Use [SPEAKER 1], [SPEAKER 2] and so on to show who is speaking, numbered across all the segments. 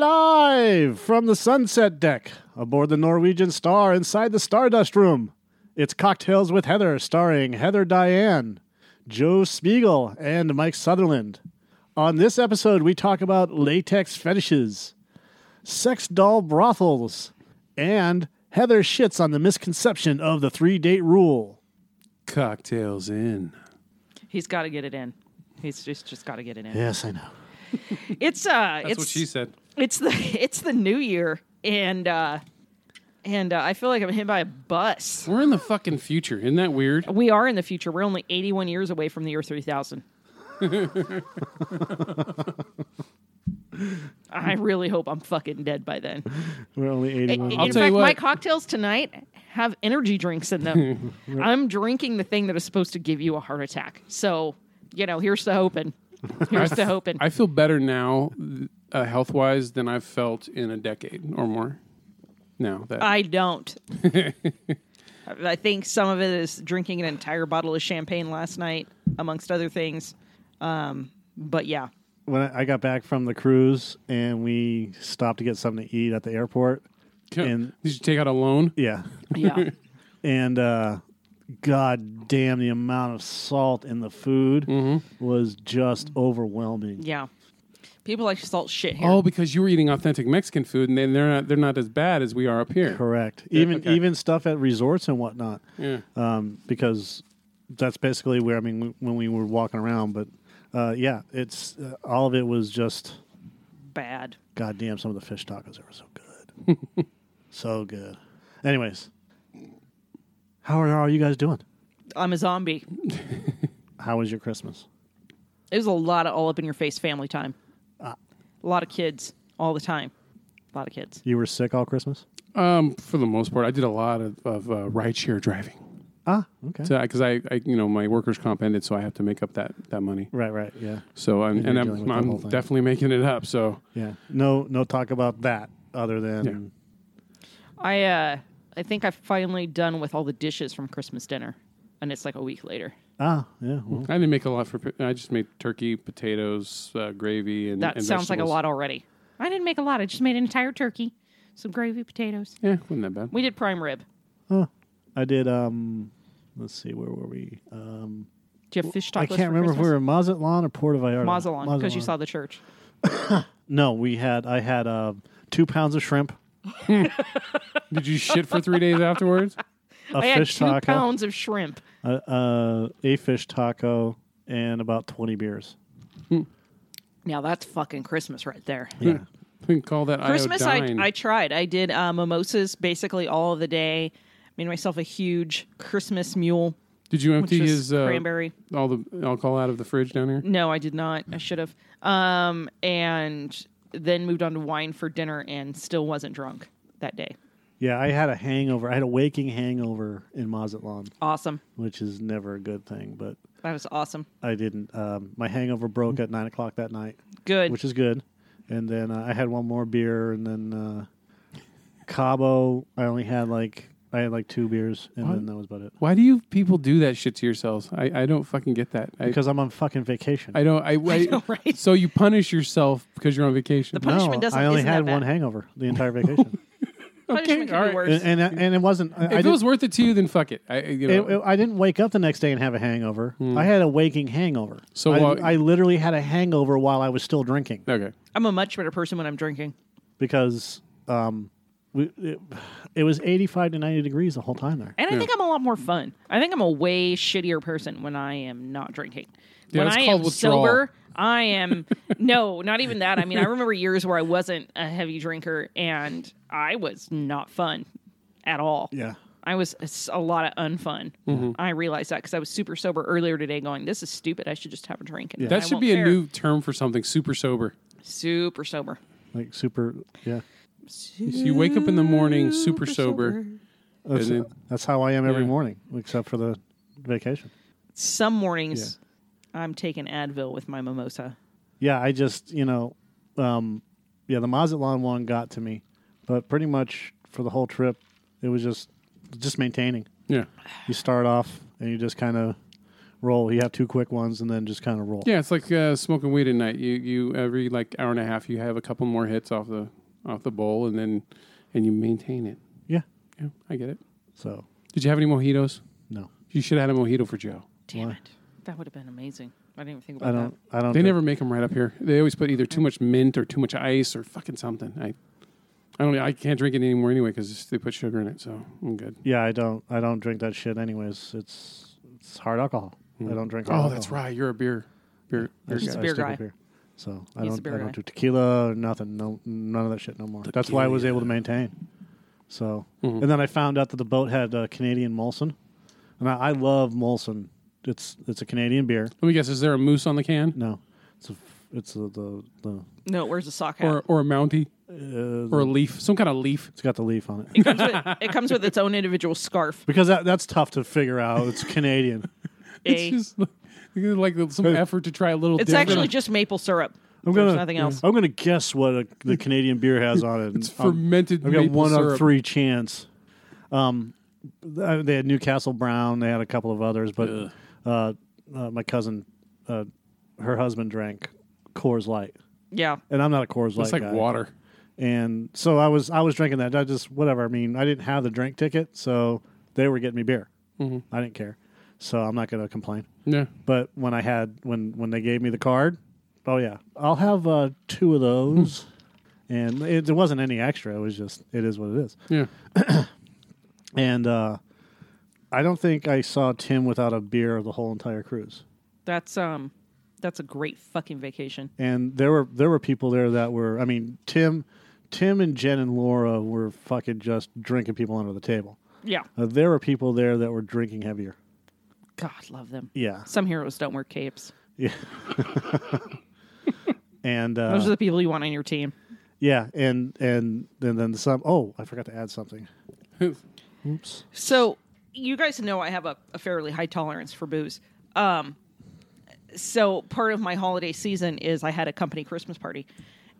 [SPEAKER 1] Live from the sunset deck aboard the Norwegian Star inside the Stardust Room. It's Cocktails with Heather, starring Heather Diane, Joe Spiegel, and Mike Sutherland. On this episode, we talk about latex fetishes, sex doll brothels, and Heather shits on the misconception of the three date rule.
[SPEAKER 2] Cocktails in.
[SPEAKER 3] He's got to get it in. He's just just got to get it in.
[SPEAKER 1] Yes, I know.
[SPEAKER 3] It's uh,
[SPEAKER 2] That's
[SPEAKER 3] it's
[SPEAKER 2] what she said.
[SPEAKER 3] it's the it's the new year, and uh, and uh, I feel like I'm hit by a bus.
[SPEAKER 2] We're in the fucking future. Isn't that weird?
[SPEAKER 3] We are in the future. We're only 81 years away from the year 3000. I really hope I'm fucking dead by then.
[SPEAKER 1] We're only 81.
[SPEAKER 3] In
[SPEAKER 2] I'll
[SPEAKER 3] fact,
[SPEAKER 2] tell you what.
[SPEAKER 3] my cocktails tonight have energy drinks in them. I'm drinking the thing that is supposed to give you a heart attack. So, you know, here's the hoping. Here's the hoping.
[SPEAKER 2] I feel better now, uh, health wise, than I've felt in a decade or more. No, that
[SPEAKER 3] I don't. I think some of it is drinking an entire bottle of champagne last night, amongst other things. Um, but yeah,
[SPEAKER 1] when I I got back from the cruise and we stopped to get something to eat at the airport.
[SPEAKER 2] did
[SPEAKER 1] and-
[SPEAKER 2] you take out a loan?
[SPEAKER 1] Yeah.
[SPEAKER 3] yeah.
[SPEAKER 1] And uh god damn the amount of salt in the food
[SPEAKER 2] Mm-hmm.
[SPEAKER 1] was just overwhelming.
[SPEAKER 3] Yeah. People like to salt shit here.
[SPEAKER 2] Oh, because you were eating authentic Mexican food, and then they're not they're not as bad as we are up here.
[SPEAKER 1] Correct. Even
[SPEAKER 2] okay.
[SPEAKER 1] even stuff at resorts and whatnot.
[SPEAKER 2] Yeah.
[SPEAKER 1] Um because that's basically where I mean when we were walking around but uh yeah, it's uh, all of it was just
[SPEAKER 3] Bad.
[SPEAKER 1] God damn, some of the fish tacos they were so good. so good. Anyways, how are, how are you guys doing?
[SPEAKER 3] I'm a zombie.
[SPEAKER 1] How was your Christmas?
[SPEAKER 3] It was a lot of all up in your face family time.
[SPEAKER 2] Ah.
[SPEAKER 3] A lot of kids all the time. A lot of kids.
[SPEAKER 1] You were sick all Christmas?
[SPEAKER 2] Um, for the most part, I did a lot of, of uh, ride share driving.
[SPEAKER 1] Ah, okay.
[SPEAKER 2] So, because I, I, you know, my workers' comp ended, so I have to make up that that money.
[SPEAKER 1] right, right, yeah.
[SPEAKER 2] So I'm
[SPEAKER 1] And
[SPEAKER 2] and
[SPEAKER 1] you're dealing with
[SPEAKER 2] I'm,
[SPEAKER 1] that whole
[SPEAKER 2] I'm
[SPEAKER 1] thing.
[SPEAKER 2] definitely making it up. So
[SPEAKER 1] Yeah. No no talk about that other than
[SPEAKER 3] I uh I think I've finally done with all the dishes from Christmas dinner. And it's like a week later.
[SPEAKER 1] Ah, yeah. Well,
[SPEAKER 2] I didn't make a lot for. I just made turkey, potatoes, uh, gravy, and
[SPEAKER 3] That
[SPEAKER 2] and
[SPEAKER 3] sounds like a
[SPEAKER 2] vegetables.
[SPEAKER 3] lot already. I didn't make a lot. I just made an entire turkey, some gravy, potatoes.
[SPEAKER 2] Yeah, wasn't that bad.
[SPEAKER 3] We did prime rib.
[SPEAKER 1] I did um let's see where were we? Um
[SPEAKER 3] Do you have fish tacos?
[SPEAKER 1] I
[SPEAKER 3] for
[SPEAKER 1] can't remember if we
[SPEAKER 3] Christmas?
[SPEAKER 1] were in Mazatlan or Puerto Vallarta.
[SPEAKER 3] Mazatlan because you saw the church.
[SPEAKER 1] No, we had I had uh, 2 pounds of shrimp,
[SPEAKER 2] Did you shit for three days afterwards?
[SPEAKER 1] a
[SPEAKER 3] I had
[SPEAKER 1] fish
[SPEAKER 3] Oh, two
[SPEAKER 1] taco,
[SPEAKER 3] pounds of shrimp.
[SPEAKER 1] a, uh, a fish taco and about 20 beers.
[SPEAKER 3] Now that's fucking Christmas right there.
[SPEAKER 1] Yeah.
[SPEAKER 2] We can call that
[SPEAKER 3] Christmas, I,
[SPEAKER 2] iodine.
[SPEAKER 3] I tried. I did uh, mimosas basically all of the day. Made myself a huge Christmas mule,
[SPEAKER 2] Did you
[SPEAKER 3] which
[SPEAKER 2] empty
[SPEAKER 3] was
[SPEAKER 2] his uh,
[SPEAKER 3] cranberry.
[SPEAKER 2] all the alcohol out of the fridge down here?
[SPEAKER 3] No, I did not. I should have. Um, and then moved on to wine for dinner and still wasn't drunk that day.
[SPEAKER 1] Yeah, I had a hangover. I had a waking hangover in Mazatlan,
[SPEAKER 3] Awesome.
[SPEAKER 1] which is never a good thing, but
[SPEAKER 3] That was awesome.
[SPEAKER 1] I didn't. Um, my hangover broke at nine o'clock that night,
[SPEAKER 3] Good.
[SPEAKER 1] which is good. And then uh, I had one more beer, and then uh, Cabo. I only had like I had like two beers, and
[SPEAKER 2] What?
[SPEAKER 1] then that was about it.
[SPEAKER 2] Why do you people do that shit to yourselves? I, I don't fucking get that. I,
[SPEAKER 1] Because I'm on fucking vacation.
[SPEAKER 2] I don't. I, I
[SPEAKER 3] know, right?
[SPEAKER 2] So you punish yourself because you're on vacation.
[SPEAKER 3] The punishment
[SPEAKER 1] no,
[SPEAKER 3] doesn't-
[SPEAKER 1] I only
[SPEAKER 3] isn't that
[SPEAKER 1] had one
[SPEAKER 3] bad.
[SPEAKER 1] hangover the entire vacation,
[SPEAKER 3] Punishment could
[SPEAKER 2] all
[SPEAKER 3] be
[SPEAKER 2] right.
[SPEAKER 3] worse.
[SPEAKER 1] and, and and it wasn't. I, I
[SPEAKER 2] if it
[SPEAKER 1] didn't-
[SPEAKER 2] was worth it to you, then fuck it. I, I- you know,
[SPEAKER 1] It, it- I didn't wake up the next day and have a hangover. I had a waking hangover.
[SPEAKER 2] Hmm. So
[SPEAKER 1] I,
[SPEAKER 2] while-
[SPEAKER 1] I literally had a hangover while I was still drinking
[SPEAKER 2] okay.
[SPEAKER 3] I'm a much better person when I'm drinking.
[SPEAKER 1] because um, we, it, it was 85 to 90 degrees the whole time there.
[SPEAKER 3] And I think I'm a lot more fun. I think I'm a way shittier person when I am not drinking.
[SPEAKER 2] Yeah,
[SPEAKER 3] when
[SPEAKER 2] that's
[SPEAKER 3] I
[SPEAKER 2] called
[SPEAKER 3] am
[SPEAKER 2] withdrawal.
[SPEAKER 3] sober, I am no, not even that. I mean, I remember years where I wasn't a heavy drinker and I was not fun at all.
[SPEAKER 1] Yeah.
[SPEAKER 3] I was it's a lot of unfun.
[SPEAKER 2] Mm-hmm.
[SPEAKER 3] I realized that because I was super sober earlier today, going, "This is stupid. I should just have a drink." And
[SPEAKER 2] That
[SPEAKER 3] I
[SPEAKER 2] should
[SPEAKER 3] won't
[SPEAKER 2] be a
[SPEAKER 3] care."
[SPEAKER 2] new term for something. Super sober.
[SPEAKER 3] super sober.
[SPEAKER 1] Like super, yeah.
[SPEAKER 2] You wake up in the morning super sober.
[SPEAKER 1] That's,
[SPEAKER 2] And then-
[SPEAKER 1] that's how I am every
[SPEAKER 2] Yeah.
[SPEAKER 1] morning, except for the vacation.
[SPEAKER 3] Some mornings, I'm taking Advil with my mimosa.
[SPEAKER 1] Yeah, I just, you know, um, yeah, the Mazatlan one got to me, but pretty much for the whole trip, it was just just maintaining.
[SPEAKER 2] Yeah.
[SPEAKER 1] You start off and you just kind of roll. You have two quick ones and then just kind of roll.
[SPEAKER 2] Yeah, it's like uh, smoking weed at night. You you every like hour and a half, you have a couple more hits off the off the bowl, and then and you maintain it.
[SPEAKER 1] Yeah.
[SPEAKER 2] Yeah, I get it.
[SPEAKER 1] So
[SPEAKER 2] Did you have any mojitos?
[SPEAKER 1] no,
[SPEAKER 2] You should have had a mojito for Joe.
[SPEAKER 3] Damn it. That would have been amazing. I didn't even think
[SPEAKER 1] I
[SPEAKER 3] about
[SPEAKER 1] don't. I don't.
[SPEAKER 2] They
[SPEAKER 1] think-
[SPEAKER 2] never make them right up here. They always put either too much mint or too much ice or fucking something. I I don't. I can't drink it anymore anyway because they put sugar in it, so I'm good.
[SPEAKER 1] Yeah, I don't. I don't drink that shit. Anyways, it's it's hard alcohol. I don't drink. Hard
[SPEAKER 2] Oh, that's
[SPEAKER 1] alcohol.
[SPEAKER 2] right. You're a beer beer, beer
[SPEAKER 1] I
[SPEAKER 3] He's
[SPEAKER 1] s-
[SPEAKER 2] guy.
[SPEAKER 3] a
[SPEAKER 1] I
[SPEAKER 3] beer
[SPEAKER 1] stick with
[SPEAKER 3] guy.
[SPEAKER 1] beer. So I
[SPEAKER 3] He's a
[SPEAKER 1] don't.
[SPEAKER 3] beer
[SPEAKER 1] I don't
[SPEAKER 3] guy.
[SPEAKER 1] do tequila or nothing. No, none of that shit no more. That's why I was able to maintain. So,
[SPEAKER 2] Mm-hmm.
[SPEAKER 1] and then I found out that the boat had uh, Canadian Molson, and I, I love Molson. It's it's a Canadian beer.
[SPEAKER 2] Let me guess. Is there a moose on the can
[SPEAKER 1] No, it's a, it's a, the the
[SPEAKER 3] No, where's the sock hat?
[SPEAKER 2] or or a mountie
[SPEAKER 1] uh,
[SPEAKER 2] or a leaf? Some kind of leaf.
[SPEAKER 1] it's got the leaf on it
[SPEAKER 3] it, comes with, it comes with its own individual scarf.
[SPEAKER 1] because that, that's tough to figure out. It's Canadian.
[SPEAKER 3] A,
[SPEAKER 2] It's just like, like some effort to try a little.
[SPEAKER 3] it's
[SPEAKER 2] different.
[SPEAKER 3] actually just maple syrup.
[SPEAKER 1] I'm
[SPEAKER 3] There's
[SPEAKER 1] gonna
[SPEAKER 3] nothing else.
[SPEAKER 1] I'm gonna guess what a, the Canadian beer has on it. um,
[SPEAKER 2] It's fermented.
[SPEAKER 1] I've got
[SPEAKER 2] maple
[SPEAKER 1] one
[SPEAKER 2] syrup.
[SPEAKER 1] out of three chance. Um, th- they had Newcastle Brown. They had a couple of others, but
[SPEAKER 2] Ugh.
[SPEAKER 1] uh, uh, my cousin, uh, her husband drank Coors Light,
[SPEAKER 3] Yeah.
[SPEAKER 1] and I'm not a Coors Light
[SPEAKER 2] It's like
[SPEAKER 1] guy.
[SPEAKER 2] water.
[SPEAKER 1] And so I was I was drinking that. I just whatever. I mean, I didn't have the drink ticket, so they were getting me beer.
[SPEAKER 2] Mm-hmm.
[SPEAKER 1] I didn't care, so I'm not going to complain.
[SPEAKER 2] Yeah.
[SPEAKER 1] But when I had when when they gave me the card, oh yeah, I'll have uh, two of
[SPEAKER 2] Hmm.
[SPEAKER 1] those. and it, there wasn't any extra. It was just it is what it is.
[SPEAKER 2] Yeah.
[SPEAKER 1] And uh, I don't think I saw Tim without a beer the whole entire cruise.
[SPEAKER 3] That's um that's a great fucking vacation.
[SPEAKER 1] And there were there were people there that were I mean Tim, Tim and Jen and Laura were fucking just drinking people under the table.
[SPEAKER 3] Yeah.
[SPEAKER 1] Uh, there were people there that were drinking heavier.
[SPEAKER 3] God love them.
[SPEAKER 1] Yeah,
[SPEAKER 3] Some heroes don't wear capes.
[SPEAKER 1] and
[SPEAKER 3] Those are
[SPEAKER 1] uh,
[SPEAKER 3] the people you want on your team.
[SPEAKER 1] yeah, and and and then some. Oh, I forgot to add something. Oops.
[SPEAKER 3] So you guys know I have a, a fairly high tolerance for booze. Um, so part of my holiday season is I had a company Christmas party,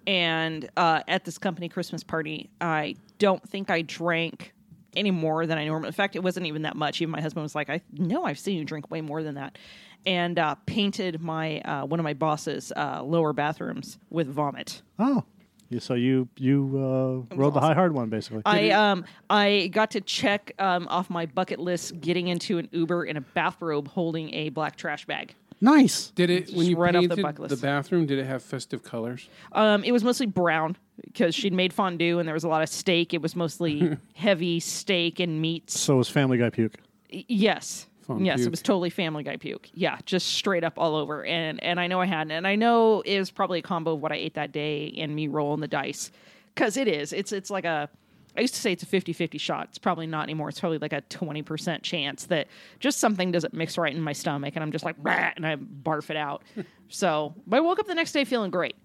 [SPEAKER 3] and uh, at this company Christmas party, I don't think I drank any more than I normally. In fact, it wasn't even that much. Even my husband was like, "I know I've seen you drink way more than that," and uh, painted my uh, one of my boss's uh, lower bathrooms with vomit.
[SPEAKER 1] Oh, yeah, so you you uh, rode the high hard one basically.
[SPEAKER 3] I um I got to check um, off my bucket list getting into an Uber in a bathrobe holding a black trash bag.
[SPEAKER 1] nice.
[SPEAKER 2] Did it when you
[SPEAKER 3] right off the
[SPEAKER 2] painted
[SPEAKER 3] bucket
[SPEAKER 2] the
[SPEAKER 3] list.
[SPEAKER 2] bathroom? Did it have festive colors?
[SPEAKER 3] Um, it was mostly brown because she'd made fondue and there was a lot of steak. It was mostly heavy steak and meats.
[SPEAKER 1] So was Family Guy puke.
[SPEAKER 3] Y- Yes.
[SPEAKER 2] Fun
[SPEAKER 3] yes,
[SPEAKER 2] puke.
[SPEAKER 3] it was totally Family Guy puke. Yeah, just straight up all over. And and I know I had, and I know it was probably a combo of what I ate that day and me rolling the dice, because it is. It's it's like a. I used to say it's a 50-50 shot. It's probably not anymore. It's probably like a twenty percent chance that just something doesn't mix right in my stomach, and I'm just like, "Bah," and I barf it out. so, but I woke up the next day feeling great,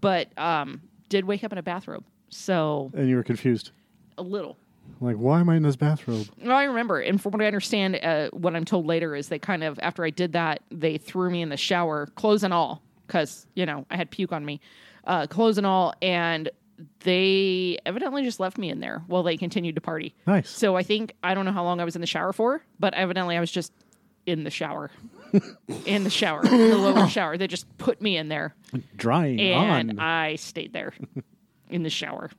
[SPEAKER 3] but um, did wake up in a bathrobe. So
[SPEAKER 1] and you were confused.
[SPEAKER 3] a little.
[SPEAKER 1] Like, why am I in this bathrobe?
[SPEAKER 3] No, I remember. And from what I understand, uh, what I'm told later is they kind of, after I did that, they threw me in the shower, clothes and all, because, you know, I had puke on me, uh, clothes and all. And they evidently just left me in there while they continued to party.
[SPEAKER 1] Nice.
[SPEAKER 3] So I think, I don't know how long I was in the shower for, but evidently I was just in the shower. in the shower, in the lower shower. They just put me in there
[SPEAKER 1] Drying
[SPEAKER 3] and
[SPEAKER 1] on.
[SPEAKER 3] I stayed there in the shower.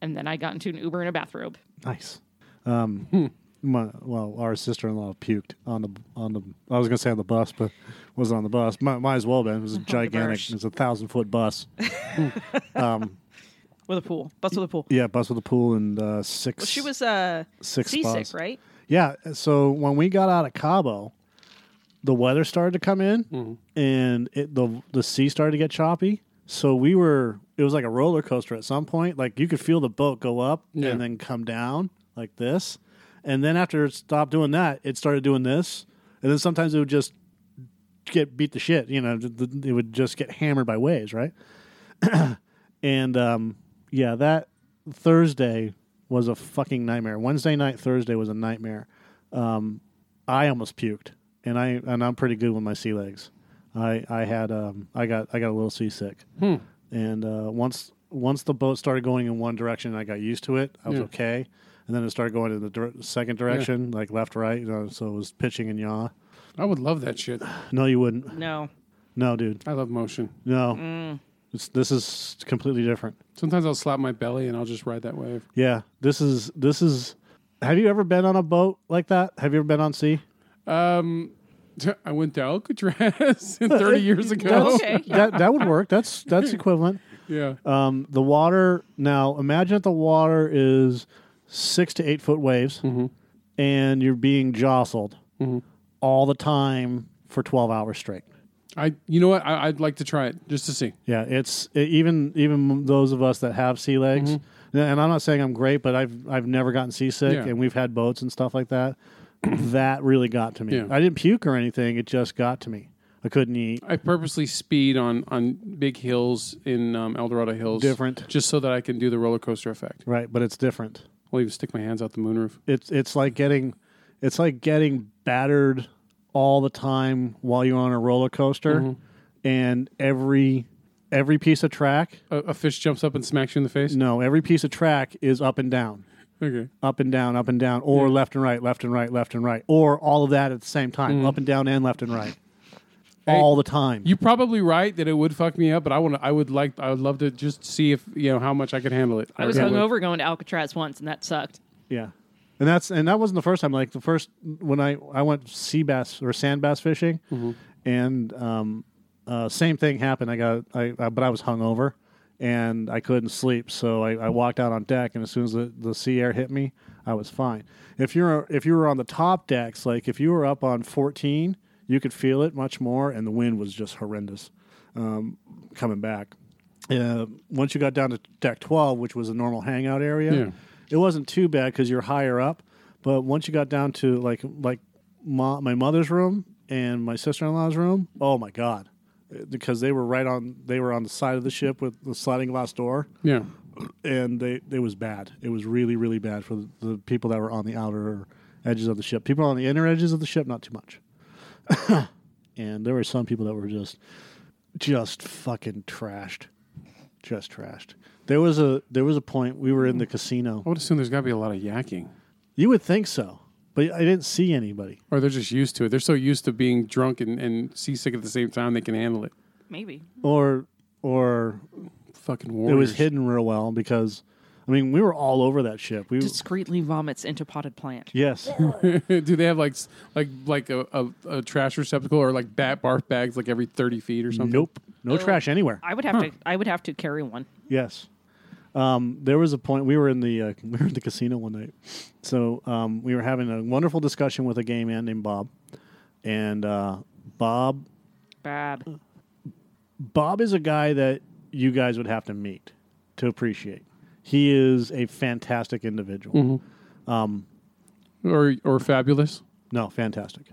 [SPEAKER 3] And then I got into an Uber in a bathrobe.
[SPEAKER 1] nice.
[SPEAKER 3] Hmm.
[SPEAKER 1] Um, my, well, our sister-in-law puked on the on the. I was gonna say on the bus, but wasn't on the bus. Might, might as well have been. It was a gigantic.
[SPEAKER 3] bus.
[SPEAKER 1] It was a thousand-foot bus.
[SPEAKER 3] With a pool, bus with a pool.
[SPEAKER 1] Yeah, bus with a pool and uh, six.
[SPEAKER 3] Well, she was uh,
[SPEAKER 1] Six
[SPEAKER 3] seasick,
[SPEAKER 1] spas.
[SPEAKER 3] right?
[SPEAKER 1] Yeah. So when we got out of Cabo, the weather started to come in, and it, the the sea started to get choppy. So we were. It was like a roller coaster at some point. Like you could feel the boat go up
[SPEAKER 2] Yeah.
[SPEAKER 1] and then come down like this, and then after it stopped doing that, it started doing this, and then sometimes it would just get beat the shit. You know, th- th- it would just get hammered by waves, right? and um, yeah, that Thursday was a fucking nightmare. Wednesday night, Thursday was a nightmare. Um, I almost puked, and I and I'm pretty good with my sea legs. I I had um I got I got a little seasick, and uh, once once the boat started going in one direction, and I got used to it. I was
[SPEAKER 2] Yeah.
[SPEAKER 1] okay, and then it started going in the dir- second direction, like left right. You know, so it was pitching and yaw.
[SPEAKER 2] I would love that shit.
[SPEAKER 1] No, you wouldn't.
[SPEAKER 4] No.
[SPEAKER 1] No, dude.
[SPEAKER 2] I love motion.
[SPEAKER 1] No. It's, this is completely different.
[SPEAKER 2] Sometimes I'll slap my belly and I'll just ride that wave.
[SPEAKER 1] Yeah. This is this is. Have you ever been on a boat like that? Have you ever been on sea?
[SPEAKER 2] I went to Alcatraz 30 years ago.
[SPEAKER 1] That's-
[SPEAKER 4] Okay.
[SPEAKER 1] That that would work. That's that's equivalent.
[SPEAKER 2] Yeah.
[SPEAKER 1] Um, the water now. Imagine that the water is six to eight foot waves, and you're being jostled all the time for twelve hours straight.
[SPEAKER 2] I. You know what? I, I'd like to try it just to see.
[SPEAKER 1] Yeah, it's e- even even those of us that have sea legs, and I'm not saying I'm great, but I've I've never gotten seasick,
[SPEAKER 2] Mm-hmm. Yeah.
[SPEAKER 1] and we've had boats and stuff like that. that really got to me.
[SPEAKER 2] Yeah.
[SPEAKER 1] I didn't puke or anything; it just got to me. I couldn't eat.
[SPEAKER 2] I purposely speed on on big hills in um, El Dorado Hills,
[SPEAKER 1] Different.
[SPEAKER 2] just so that I can do the roller coaster effect.
[SPEAKER 1] Right, but it's different.
[SPEAKER 2] I'll even stick my hands out the moonroof.
[SPEAKER 1] It's it's like getting it's like getting battered all the time while you're on a roller coaster,
[SPEAKER 2] Mm-hmm.
[SPEAKER 1] and every every piece of track.
[SPEAKER 2] A, a fish jumps up and smacks you in the face.
[SPEAKER 1] No, every piece of track is up and down.
[SPEAKER 2] Okay.
[SPEAKER 1] up and down, up and down, or left and right, left and right, left and right, or all of that at the same time, up and down and left and right,
[SPEAKER 2] Hey,
[SPEAKER 1] all the time.
[SPEAKER 2] You're probably right that it would fuck me up, but I want to. I would like. I would love to just see if you know how much I could handle it.
[SPEAKER 4] I was
[SPEAKER 2] really would.
[SPEAKER 4] hungover going to Alcatraz once, and that sucked.
[SPEAKER 1] yeah, and that's and that wasn't the first time. Like the first when I I went sea bass or sand bass fishing, and um, uh, same thing happened. I got I, I but I was hungover and I couldn't sleep, so I, I walked out on deck, and as soon as the, the sea air hit me, I was fine. If you're if you were on the top decks, like if you were up on 14, you could feel it much more, and the wind was just horrendous. coming back. Uh, once you got down to deck 12, which was a normal hangout area,
[SPEAKER 2] Yeah.
[SPEAKER 1] it wasn't too bad because you're higher up. But once you got down to like like ma- my mother's room and my sister in law's room, oh my god, Uh, because they were right on they were on the side of the ship with the sliding glass door,
[SPEAKER 2] Yeah.
[SPEAKER 1] and they it was bad. It was really really bad for the, the people that were on the outer edges of the ship. People on the inner edges of the ship, not too much. and there were some people that were just just fucking trashed just trashed there was a there was a point we were in the casino
[SPEAKER 2] I would assume there's got to be a lot of yakking,
[SPEAKER 1] you would think so but i didn't see anybody
[SPEAKER 2] or they're just used to it. They're so used to being drunk and, and seasick at the same time they can handle it.
[SPEAKER 4] Maybe.
[SPEAKER 1] or or
[SPEAKER 2] Fucking
[SPEAKER 1] it
[SPEAKER 2] warriors.
[SPEAKER 1] was hidden real well because i mean we were all over that ship we
[SPEAKER 4] Discreetly vomits into potted plant.
[SPEAKER 1] yes
[SPEAKER 2] Do they have like s- like like a, a, a trash receptacle or like bat barf bags like every thirty feet or something?
[SPEAKER 1] nope no trash anywhere
[SPEAKER 4] I would have to. I would have to carry one.
[SPEAKER 1] Yes. Um, there was a point we were in the uh, we were in the casino one night, so um, we were having a wonderful discussion with a gay man named Bob, and uh, Bob
[SPEAKER 4] Bad.
[SPEAKER 1] Mm. Bob is a guy that you guys would have to meet to appreciate. He is a fantastic individual.
[SPEAKER 2] Or or fabulous?
[SPEAKER 1] No, fantastic.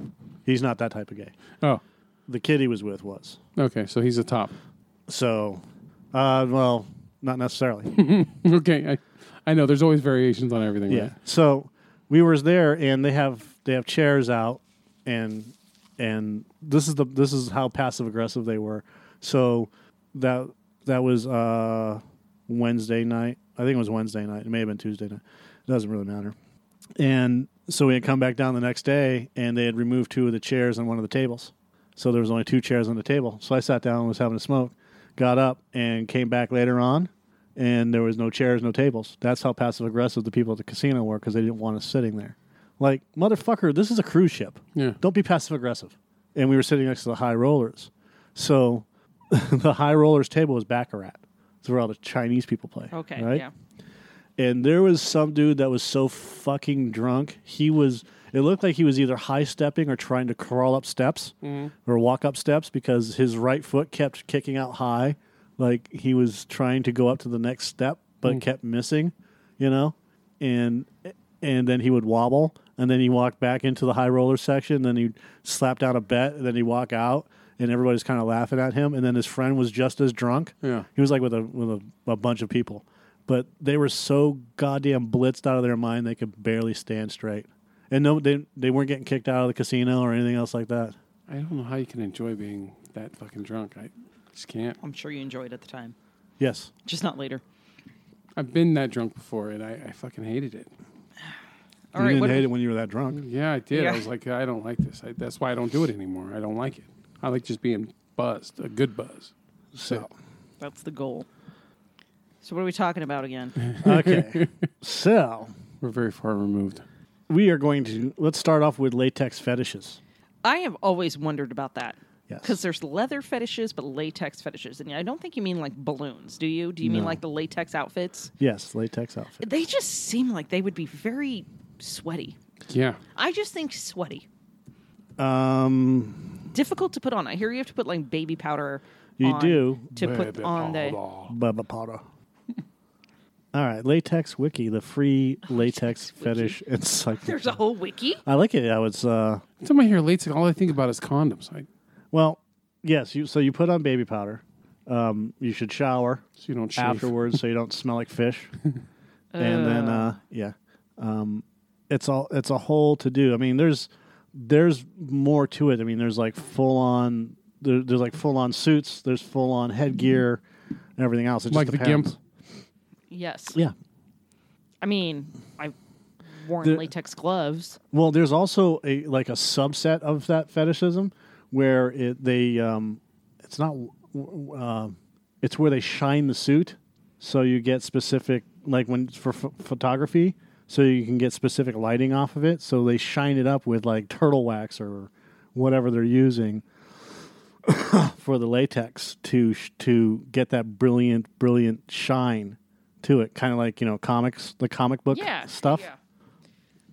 [SPEAKER 1] He's not that type of gay.
[SPEAKER 2] Oh,
[SPEAKER 1] The kid he was with was
[SPEAKER 2] okay. So he's a top.
[SPEAKER 1] so. Uh, well, not necessarily.
[SPEAKER 2] Okay, I I know. There's always variations on everything.
[SPEAKER 1] yeah.
[SPEAKER 2] right?
[SPEAKER 1] So we were there, and they have they have chairs out, and and this is the this is how passive aggressive they were. So that that was uh, Wednesday night. I think it was Wednesday night. It may have been Tuesday night. It doesn't really matter. And so we had come back down the next day, and they had removed two of the chairs and one of the tables. So there was only two chairs on the table. So I sat down and was having a smoke. Got up and came back later on, and there was no chairs, no tables. That's how passive aggressive the people at the casino were because they didn't want us sitting there. Like motherfucker, this is a cruise ship.
[SPEAKER 2] Yeah.
[SPEAKER 1] Don't be passive aggressive. And we were sitting next to the high rollers, so the high rollers table was baccarat. It's where all the Chinese people play.
[SPEAKER 4] Okay.
[SPEAKER 1] right?
[SPEAKER 4] Yeah.
[SPEAKER 1] and there was some dude that was so fucking drunk. He was. It looked like he was either high stepping or trying to crawl up steps or walk up steps because his right foot kept kicking out high, like he was trying to go up to the next step but kept missing, you know, and and then he would wobble and then he walked back into the high roller section. Then he'd slap down a bet. And then he'd walk out and everybody's kind of laughing at him. And then his friend was just as drunk.
[SPEAKER 2] Yeah.
[SPEAKER 1] He was like with a with a, a bunch of people, but they were so goddamn blitzed out of their mind they could barely stand straight. And no, they they weren't getting kicked out of the casino or anything else like that.
[SPEAKER 2] I don't know how you can enjoy being that fucking drunk. I just can't.
[SPEAKER 4] I'm sure you enjoyed it at the time,
[SPEAKER 1] Yes,
[SPEAKER 4] just not later.
[SPEAKER 2] I've been that drunk before, and I, I fucking hated it.
[SPEAKER 1] you
[SPEAKER 3] All right,
[SPEAKER 1] didn't
[SPEAKER 3] what
[SPEAKER 1] hate it when you were that drunk.
[SPEAKER 2] Yeah, I did.
[SPEAKER 3] Yeah.
[SPEAKER 2] I was like, I don't like this. I, that's why I don't do it anymore. I don't like it. I like just being buzzed, a good buzz.
[SPEAKER 1] So,
[SPEAKER 3] that's the goal. So what are we talking about again?
[SPEAKER 1] okay. so,
[SPEAKER 2] We're very far removed.
[SPEAKER 1] we are going to let's start off with latex fetishes.
[SPEAKER 3] I have always wondered about that.
[SPEAKER 1] Yes.
[SPEAKER 3] Because there's leather fetishes, but latex fetishes, and I don't think you mean like balloons, do you? Do you mean
[SPEAKER 1] No.
[SPEAKER 3] like the latex outfits?
[SPEAKER 1] Yes, latex outfit.
[SPEAKER 3] They just seem like they would be very sweaty.
[SPEAKER 2] Yeah.
[SPEAKER 3] I just think sweaty,
[SPEAKER 1] Um,
[SPEAKER 3] difficult to put on. I hear you have to put like baby powder.
[SPEAKER 1] You
[SPEAKER 3] on
[SPEAKER 1] do.
[SPEAKER 3] to put
[SPEAKER 2] Baby,
[SPEAKER 3] on the.
[SPEAKER 2] hold on.
[SPEAKER 1] Bubba Potter. All right, Latex Wiki, the free latex fetish
[SPEAKER 3] There's a
[SPEAKER 1] encyclopedia.
[SPEAKER 3] whole Oh, wiki.
[SPEAKER 1] I like it. I was uh,
[SPEAKER 2] Every time I hear late, all I think about is condoms. I,
[SPEAKER 1] well, yes. You so you put on baby powder. Um, you should shower
[SPEAKER 2] so you don't shave.
[SPEAKER 1] afterwards so you don't smell like fish. and then uh, yeah, um, it's all it's a whole to do. I mean, there's there's more to it. I mean, there's like full on there, there's like full on suits. There's full on headgear and everything else. It just
[SPEAKER 2] Like the
[SPEAKER 1] depends.
[SPEAKER 2] gimp.
[SPEAKER 3] Yes.
[SPEAKER 1] Yeah,
[SPEAKER 3] I mean, I've worn
[SPEAKER 1] The-
[SPEAKER 3] latex gloves.
[SPEAKER 1] Well, there's also a like a subset of that fetishism where it they um, it's not w- w- uh, it's where they shine the suit, so you get specific like when it's for ph photography, so you can get specific lighting off of it. So they shine it up with like turtle wax or whatever they're using for the latex to sh- to get that brilliant brilliant shine to it, kind of like you know comics the comic book
[SPEAKER 3] Yeah.
[SPEAKER 1] stuff.
[SPEAKER 3] Yeah.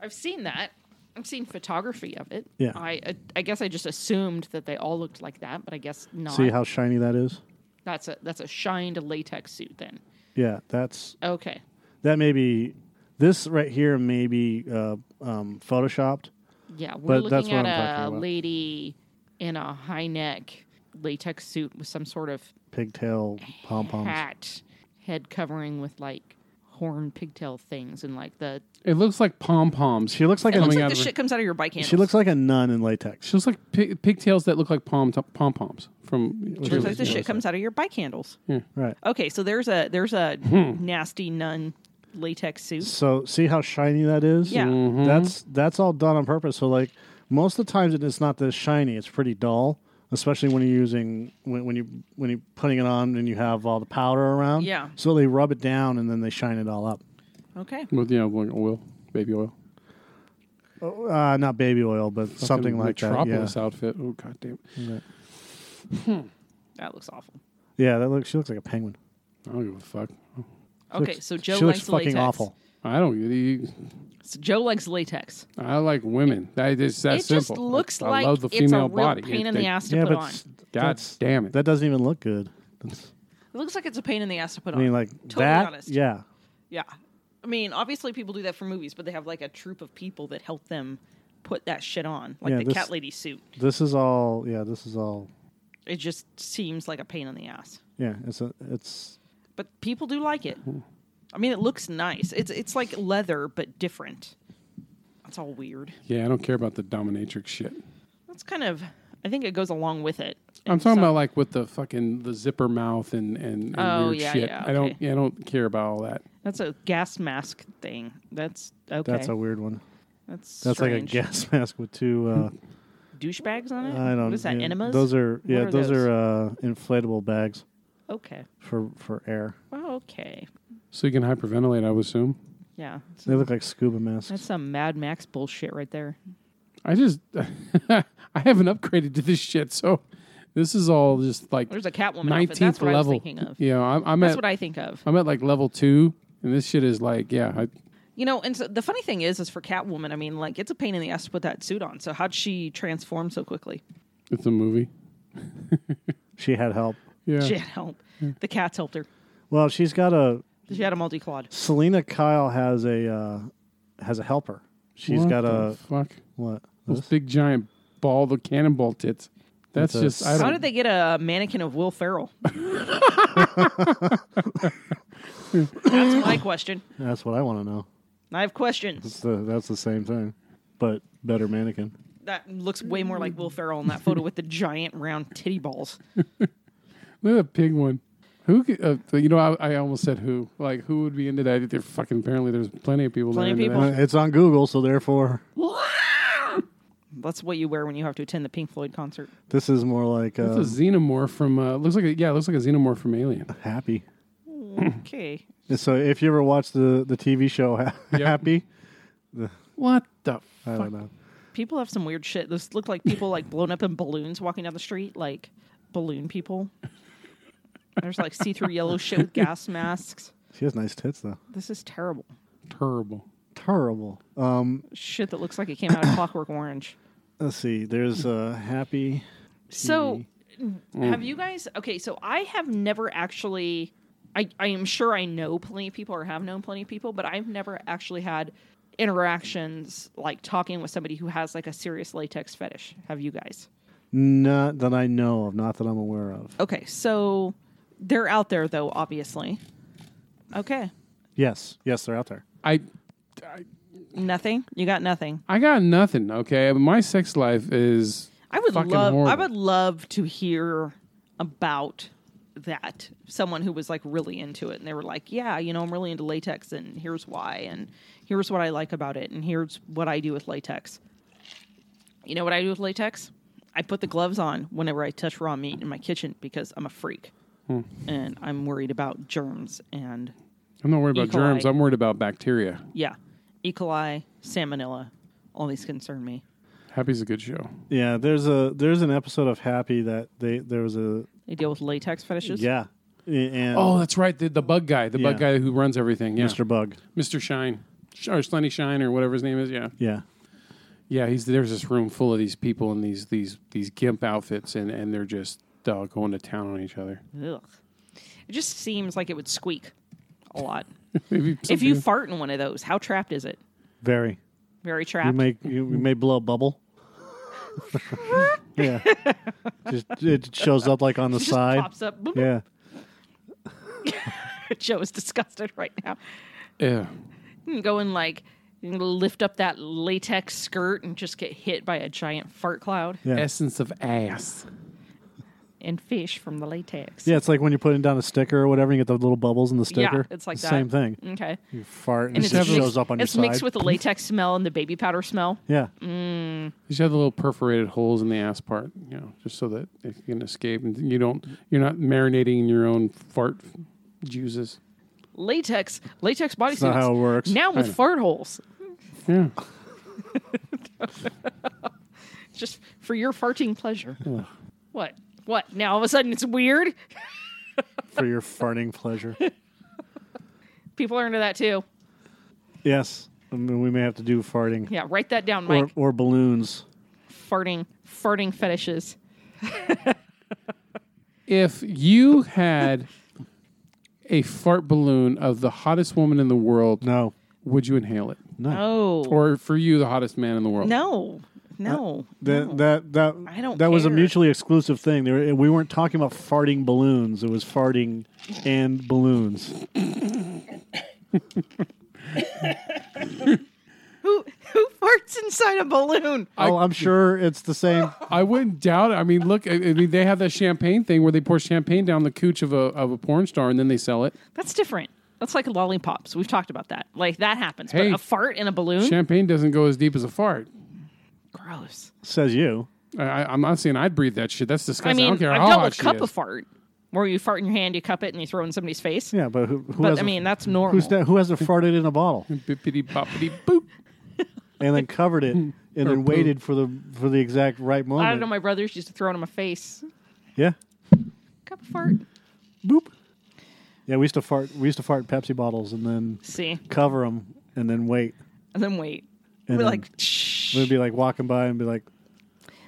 [SPEAKER 3] I've seen that. I've seen photography of it.
[SPEAKER 1] Yeah.
[SPEAKER 3] I I, I guess I just assumed that they all looked like that, but I guess not.
[SPEAKER 1] See how shiny that is.
[SPEAKER 3] that's a that's a shined latex suit then.
[SPEAKER 1] Yeah, that's
[SPEAKER 3] Okay.
[SPEAKER 1] that may be this right here may be uh, um, photoshopped.
[SPEAKER 3] Yeah, we're
[SPEAKER 1] But that's
[SPEAKER 3] looking
[SPEAKER 1] what
[SPEAKER 3] at
[SPEAKER 1] I'm talking
[SPEAKER 3] a
[SPEAKER 1] about.
[SPEAKER 3] lady in a high neck latex suit with some sort of
[SPEAKER 1] Pigtail pom poms.
[SPEAKER 3] hat head covering with like horn pigtail things and like the
[SPEAKER 2] It looks like pom poms.
[SPEAKER 1] She looks like
[SPEAKER 3] it
[SPEAKER 1] a
[SPEAKER 3] looks
[SPEAKER 2] Coming
[SPEAKER 3] like
[SPEAKER 2] out
[SPEAKER 3] the
[SPEAKER 2] of her-
[SPEAKER 3] shit comes out of your bike handle.
[SPEAKER 1] she looks like a nun in latex.
[SPEAKER 2] She looks like pig, pigtails that look like pom pom poms from.
[SPEAKER 1] Looks
[SPEAKER 3] looks like the
[SPEAKER 1] Yeah,
[SPEAKER 3] shit
[SPEAKER 1] it's
[SPEAKER 3] comes out of your bike handles.
[SPEAKER 1] Right.
[SPEAKER 3] Okay, so there's a there's a
[SPEAKER 1] Hmm.
[SPEAKER 3] nasty nun latex suit.
[SPEAKER 1] So see how shiny that is.
[SPEAKER 3] Yeah.
[SPEAKER 2] Mm-hmm.
[SPEAKER 1] That's that's all done on purpose. So like most of the times it's not this shiny. It's pretty dull, especially when you're using when, when you when you're putting it on and you have all the powder around.
[SPEAKER 3] Yeah.
[SPEAKER 1] So they rub it down and then they shine it all up.
[SPEAKER 3] Okay.
[SPEAKER 2] With, you know, like oil, baby oil.
[SPEAKER 1] Uh, not baby oil, but something
[SPEAKER 2] Fucking
[SPEAKER 1] like that. Yeah.
[SPEAKER 2] Metropolis outfit. Oh, goddamn.
[SPEAKER 3] That looks awful.
[SPEAKER 1] Yeah. That looks. She looks like a penguin.
[SPEAKER 2] I don't give a fuck.
[SPEAKER 1] She
[SPEAKER 3] Okay,
[SPEAKER 1] looks-
[SPEAKER 3] so Joe
[SPEAKER 1] she looks
[SPEAKER 3] likes
[SPEAKER 1] fucking
[SPEAKER 3] latex.
[SPEAKER 1] awful.
[SPEAKER 2] I don't. you-
[SPEAKER 3] So Joe likes latex.
[SPEAKER 2] I like women. That is that
[SPEAKER 3] it
[SPEAKER 2] simple.
[SPEAKER 3] just looks
[SPEAKER 2] I
[SPEAKER 3] like
[SPEAKER 2] love the
[SPEAKER 3] it's a
[SPEAKER 2] female
[SPEAKER 3] real
[SPEAKER 2] body.
[SPEAKER 3] pain
[SPEAKER 2] It-
[SPEAKER 3] in the
[SPEAKER 2] they-
[SPEAKER 3] ass to put on.
[SPEAKER 1] s-
[SPEAKER 2] God
[SPEAKER 1] that's-
[SPEAKER 2] damn it.
[SPEAKER 1] That doesn't even look good. That's-
[SPEAKER 3] It looks like it's a pain in the ass to put
[SPEAKER 1] I mean,
[SPEAKER 3] on.
[SPEAKER 1] like
[SPEAKER 3] totally
[SPEAKER 1] that.
[SPEAKER 3] honest.
[SPEAKER 1] Yeah,
[SPEAKER 3] Yeah. I mean, obviously people do that for movies, but they have like a troop of people that help them put that shit on, like
[SPEAKER 1] Yeah,
[SPEAKER 3] the
[SPEAKER 1] this-
[SPEAKER 3] cat lady suit.
[SPEAKER 1] this is all. Yeah, this is all.
[SPEAKER 3] It just seems like a pain in the ass.
[SPEAKER 1] Yeah, it's a, it's
[SPEAKER 3] But people do like it.
[SPEAKER 1] Hmm.
[SPEAKER 3] I mean, it looks nice. It's it's like leather but different. That's all weird.
[SPEAKER 2] yeah, I don't care about the dominatrix shit.
[SPEAKER 3] That's kind of I think it goes along with it.
[SPEAKER 2] I'm talking
[SPEAKER 3] So-
[SPEAKER 2] about like with the fucking the zipper mouth and and, and
[SPEAKER 3] Oh,
[SPEAKER 2] weird
[SPEAKER 3] yeah,
[SPEAKER 2] shit.
[SPEAKER 3] yeah,
[SPEAKER 2] I don't.
[SPEAKER 3] okay.
[SPEAKER 2] Yeah, I don't care about all that.
[SPEAKER 3] That's a gas mask thing. That's okay.
[SPEAKER 1] that's a weird one.
[SPEAKER 3] That's,
[SPEAKER 1] That's like a
[SPEAKER 3] strange.
[SPEAKER 1] gas mask with two. Uh,
[SPEAKER 3] douchebags on it.
[SPEAKER 1] I don't.
[SPEAKER 3] What is that?
[SPEAKER 1] yeah,
[SPEAKER 3] Enemas.
[SPEAKER 1] Those are yeah.
[SPEAKER 3] are
[SPEAKER 1] those,
[SPEAKER 3] those?
[SPEAKER 1] are uh, inflatable bags
[SPEAKER 3] okay.
[SPEAKER 1] for for air.
[SPEAKER 3] Well, okay.
[SPEAKER 2] So you can hyperventilate, I would assume.
[SPEAKER 3] Yeah, It's-
[SPEAKER 1] They look like scuba masks.
[SPEAKER 3] that's some Mad Max bullshit right there.
[SPEAKER 2] I just I haven't upgraded to this shit, so this is all just like
[SPEAKER 3] There's a Catwoman outfit. That's
[SPEAKER 2] nineteenth
[SPEAKER 3] what
[SPEAKER 2] level.
[SPEAKER 3] I was thinking of.
[SPEAKER 2] Yeah, I'm, I'm
[SPEAKER 3] That's
[SPEAKER 2] at
[SPEAKER 3] what I think of.
[SPEAKER 2] I'm at like level two, and this shit is like yeah. I,
[SPEAKER 3] You know, and so the funny thing is, is for Catwoman, I mean, like it's a pain in the ass to put that suit on. So how'd she transform so quickly?
[SPEAKER 2] it's a movie.
[SPEAKER 1] She had help.
[SPEAKER 2] Yeah,
[SPEAKER 3] She had help. The cats helped her.
[SPEAKER 1] Well, she's got a
[SPEAKER 3] She had a multi clawed.
[SPEAKER 1] Selena Kyle has a uh, has a helper. She's
[SPEAKER 2] She's
[SPEAKER 1] got a
[SPEAKER 2] fuck
[SPEAKER 1] what?
[SPEAKER 2] those
[SPEAKER 1] This?
[SPEAKER 2] big giant ball, the cannonball tits. That's
[SPEAKER 1] That's a
[SPEAKER 2] just I
[SPEAKER 3] How
[SPEAKER 2] don't.
[SPEAKER 3] did they get a mannequin of Will Ferrell? That's my question.
[SPEAKER 1] That's what I want to know.
[SPEAKER 3] And I have questions.
[SPEAKER 1] It's the, that's the same thing, but better mannequin.
[SPEAKER 3] That looks way more like Will Ferrell in that photo with the giant round titty balls.
[SPEAKER 2] Look at the pig one. Who? c- Uh, so, you know, I, I almost said who. Like, who would be into that? There fucking apparently, there's plenty of people.
[SPEAKER 3] Plenty of
[SPEAKER 2] that are into
[SPEAKER 3] people.
[SPEAKER 1] Uh, it's on Google, so therefore,
[SPEAKER 3] That's what you wear when you have to attend the Pink Floyd concert.
[SPEAKER 1] this is more like
[SPEAKER 2] That.
[SPEAKER 1] uh,
[SPEAKER 2] It's a xenomorph from. Uh, looks like a, yeah, it looks like a xenomorph from Alien.
[SPEAKER 1] happy.
[SPEAKER 3] Okay.
[SPEAKER 1] And so if you ever watch the the TV show ha- Happy,
[SPEAKER 2] What the?
[SPEAKER 1] I
[SPEAKER 2] fuck?
[SPEAKER 1] don't know.
[SPEAKER 3] People have some weird shit. This looked like people like blown up in balloons walking down the street, like balloon people. There's like see-through yellow shit with gas masks.
[SPEAKER 1] She has nice tits though.
[SPEAKER 3] This is terrible.
[SPEAKER 2] Terrible.
[SPEAKER 1] Terrible. Um,
[SPEAKER 3] Shit that looks like it came out of Clockwork Orange.
[SPEAKER 1] let's see. There's uh, Happy.
[SPEAKER 3] So, have you guys? Okay, so I have never actually. I, I am sure I know plenty of people or have known plenty of people, but I've never actually had interactions like talking with somebody who has like a serious latex fetish. Have you guys?
[SPEAKER 1] Not that I know of. Not that I'm aware of.
[SPEAKER 3] Okay, so they're out there though, obviously. Okay,
[SPEAKER 1] Yes. Yes, they're out there.
[SPEAKER 2] I
[SPEAKER 3] nothing. You got nothing.
[SPEAKER 2] I got nothing. Okay, my sex life is.
[SPEAKER 3] I would
[SPEAKER 2] fucking
[SPEAKER 3] love. I
[SPEAKER 2] horrible.
[SPEAKER 3] would love to hear about that someone who was like really into it and they were like yeah you know i'm really into latex and here's why and here's what i like about it and here's what i do with latex you know what i do with latex i put the gloves on whenever i touch raw meat in my kitchen because i'm a freak
[SPEAKER 1] Hmm.
[SPEAKER 3] and i'm worried about germs and
[SPEAKER 2] I'm not worried about
[SPEAKER 3] E. coli.
[SPEAKER 2] germs. I'm worried about bacteria.
[SPEAKER 3] yeah e coli salmonella all these concern me
[SPEAKER 2] Happy's a good show.
[SPEAKER 1] Yeah. There's a there's an episode of Happy that they there was a
[SPEAKER 3] they deal with latex fetishes
[SPEAKER 1] yeah A- and
[SPEAKER 2] Oh, that's right. The, the bug guy. The bug
[SPEAKER 1] Yeah.
[SPEAKER 2] guy who runs everything. Yeah.
[SPEAKER 1] Mr. Bug.
[SPEAKER 2] Mr. Shine. Sh- Or Slenny Shine or whatever his name is. Yeah.
[SPEAKER 1] Yeah.
[SPEAKER 2] Yeah, he's there's this room full of these people in these these these gimp outfits and and they're just uh, going to town on each other.
[SPEAKER 3] Ugh. It just seems like it would squeak a lot.
[SPEAKER 2] Maybe some
[SPEAKER 3] if you
[SPEAKER 2] people-
[SPEAKER 3] fart in one of those, how trapped is it?
[SPEAKER 1] Very.
[SPEAKER 3] Very
[SPEAKER 1] You
[SPEAKER 3] trapped.
[SPEAKER 1] may you, you may blow a bubble. yeah. Just it shows up like on the
[SPEAKER 3] it just
[SPEAKER 1] side.
[SPEAKER 3] pops up. Boop,
[SPEAKER 1] Yeah.
[SPEAKER 3] boop. Joe is disgusted right now.
[SPEAKER 2] yeah.
[SPEAKER 3] You Go and like lift up that latex skirt and just get hit by a giant fart cloud
[SPEAKER 1] Yeah.
[SPEAKER 2] essence of ass.
[SPEAKER 3] and fish from the latex.
[SPEAKER 1] Yeah, it's like when you're putting down a sticker or whatever, you get the little bubbles in the
[SPEAKER 3] Yeah,
[SPEAKER 1] sticker.
[SPEAKER 3] it's like that.
[SPEAKER 1] Same thing.
[SPEAKER 3] Okay.
[SPEAKER 1] You fart and,
[SPEAKER 3] And
[SPEAKER 1] it
[SPEAKER 3] it's
[SPEAKER 1] Mm-hmm. just
[SPEAKER 3] mixed,
[SPEAKER 1] shows up on
[SPEAKER 3] it's
[SPEAKER 1] your
[SPEAKER 3] mixed
[SPEAKER 1] side.
[SPEAKER 3] with Mm. the latex smell and the baby powder smell.
[SPEAKER 1] yeah.
[SPEAKER 2] You should have the little perforated holes in the ass part, you know, just so that it can escape and you don't you're not marinating in your own fart juices.
[SPEAKER 3] Latex, latex bodysuits.
[SPEAKER 1] That's not how it works.
[SPEAKER 3] Now with fart holes,
[SPEAKER 2] Yeah.
[SPEAKER 3] just for your farting pleasure. What? What? Now all of a sudden it's weird.
[SPEAKER 1] for your farting pleasure.
[SPEAKER 3] People are into that too.
[SPEAKER 1] yes. I mean, we may have to do farting
[SPEAKER 3] Yeah, write that down, Mike.
[SPEAKER 1] or, or balloons.
[SPEAKER 3] farting, farting fetishes.
[SPEAKER 2] if you had a fart balloon of the hottest woman in the world,
[SPEAKER 1] No.
[SPEAKER 2] would you inhale it?
[SPEAKER 1] No.
[SPEAKER 3] Oh
[SPEAKER 2] Or for you, the hottest man in the world?
[SPEAKER 1] Uh,
[SPEAKER 3] no, no.
[SPEAKER 1] That, that that
[SPEAKER 3] I don't
[SPEAKER 1] that was a
[SPEAKER 3] care.
[SPEAKER 1] mutually exclusive thing. There, we weren't talking about farting balloons. It was farting and balloons.
[SPEAKER 3] Who who farts inside a balloon?
[SPEAKER 1] oh, I'm sure it's the same.
[SPEAKER 2] I wouldn't doubt it. I mean, look, I I mean, they have that champagne thing where they pour champagne down the cooch of a of a porn star and then they sell it.
[SPEAKER 3] That's different. That's like lollipops. We've talked about that. Like that happens.
[SPEAKER 2] Hey.
[SPEAKER 3] But a fart in a balloon?
[SPEAKER 2] Champagne doesn't go as deep as a fart.
[SPEAKER 3] Gross.
[SPEAKER 1] Says you.
[SPEAKER 2] I, I, I'm not saying I'd breathe that shit. That's
[SPEAKER 3] I
[SPEAKER 2] disgusting. I,
[SPEAKER 3] mean,
[SPEAKER 2] don't care
[SPEAKER 3] I've
[SPEAKER 2] how
[SPEAKER 3] dealt
[SPEAKER 2] hot
[SPEAKER 3] with
[SPEAKER 2] she
[SPEAKER 3] cup
[SPEAKER 2] is.
[SPEAKER 3] of fart, where you fart in your hand, you cup it, and you throw it in somebody's face.
[SPEAKER 1] Yeah, but who, who
[SPEAKER 3] But
[SPEAKER 1] has
[SPEAKER 3] I mean, that's
[SPEAKER 1] who's
[SPEAKER 3] normal.
[SPEAKER 1] that, who hasn't farted in a bottle
[SPEAKER 2] Bippity boppity boop.
[SPEAKER 1] and then covered it and then
[SPEAKER 2] poop.
[SPEAKER 1] waited for the for the exact right moment?
[SPEAKER 3] I don't know. My brothers used to throw it in my face.
[SPEAKER 1] Yeah.
[SPEAKER 3] Cup of fart.
[SPEAKER 1] Boop. Yeah, we used to fart. We used to fart Pepsi bottles and then
[SPEAKER 3] See,
[SPEAKER 1] cover them and then wait.
[SPEAKER 3] and then wait.
[SPEAKER 1] And
[SPEAKER 3] We're
[SPEAKER 1] then
[SPEAKER 3] like, shh.
[SPEAKER 1] We'd be like walking by and be like,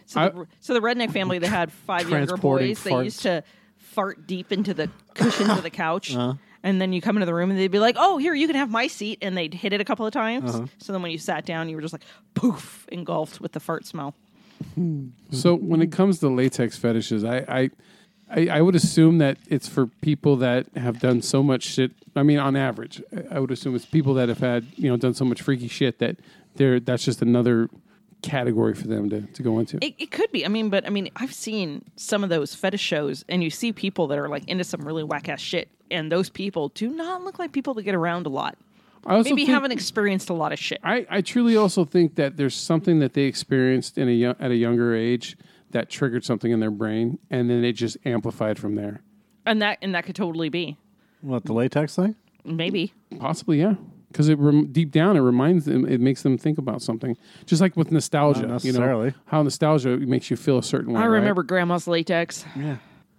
[SPEAKER 3] So, the, so the redneck family that had five younger
[SPEAKER 1] Transporting
[SPEAKER 3] boys, they
[SPEAKER 1] farts.
[SPEAKER 3] used to fart deep into the cushions of the couch.
[SPEAKER 1] Uh-huh.
[SPEAKER 3] And then you come into the room and they'd be like, oh, here, you can have my seat. And they'd hit it a couple of times.
[SPEAKER 1] Uh-huh.
[SPEAKER 3] So then when you sat down, you were just like, poof, engulfed with the fart smell.
[SPEAKER 2] So when it comes to latex fetishes, I, I, I, I would assume that it's for people that have done so much shit. I mean, on average, I- I would assume it's people that have had you know done so much freaky shit that they're that's just another category for them to, to go into.
[SPEAKER 4] It, it could be. I mean, but I mean, I've seen some of those fetish shows, and you see people that are like into some really whack ass shit, and those people do not look like people that get around a lot.
[SPEAKER 2] I also
[SPEAKER 4] Maybe
[SPEAKER 2] think-
[SPEAKER 4] haven't experienced a lot of shit.
[SPEAKER 2] I, I truly also think that there's something that they experienced in a young, at a younger age that triggered something in their brain, and then it just amplified from there.
[SPEAKER 4] and that and that could totally be.
[SPEAKER 1] What the latex thing?
[SPEAKER 4] Maybe.
[SPEAKER 2] Possibly, yeah, because it rem- deep down it reminds them, it makes them think about something. Just like with nostalgia,
[SPEAKER 1] Not
[SPEAKER 2] you
[SPEAKER 1] necessarily.
[SPEAKER 2] know how nostalgia makes you feel a certain way.
[SPEAKER 4] I
[SPEAKER 2] right?
[SPEAKER 4] remember grandma's latex.
[SPEAKER 1] Yeah,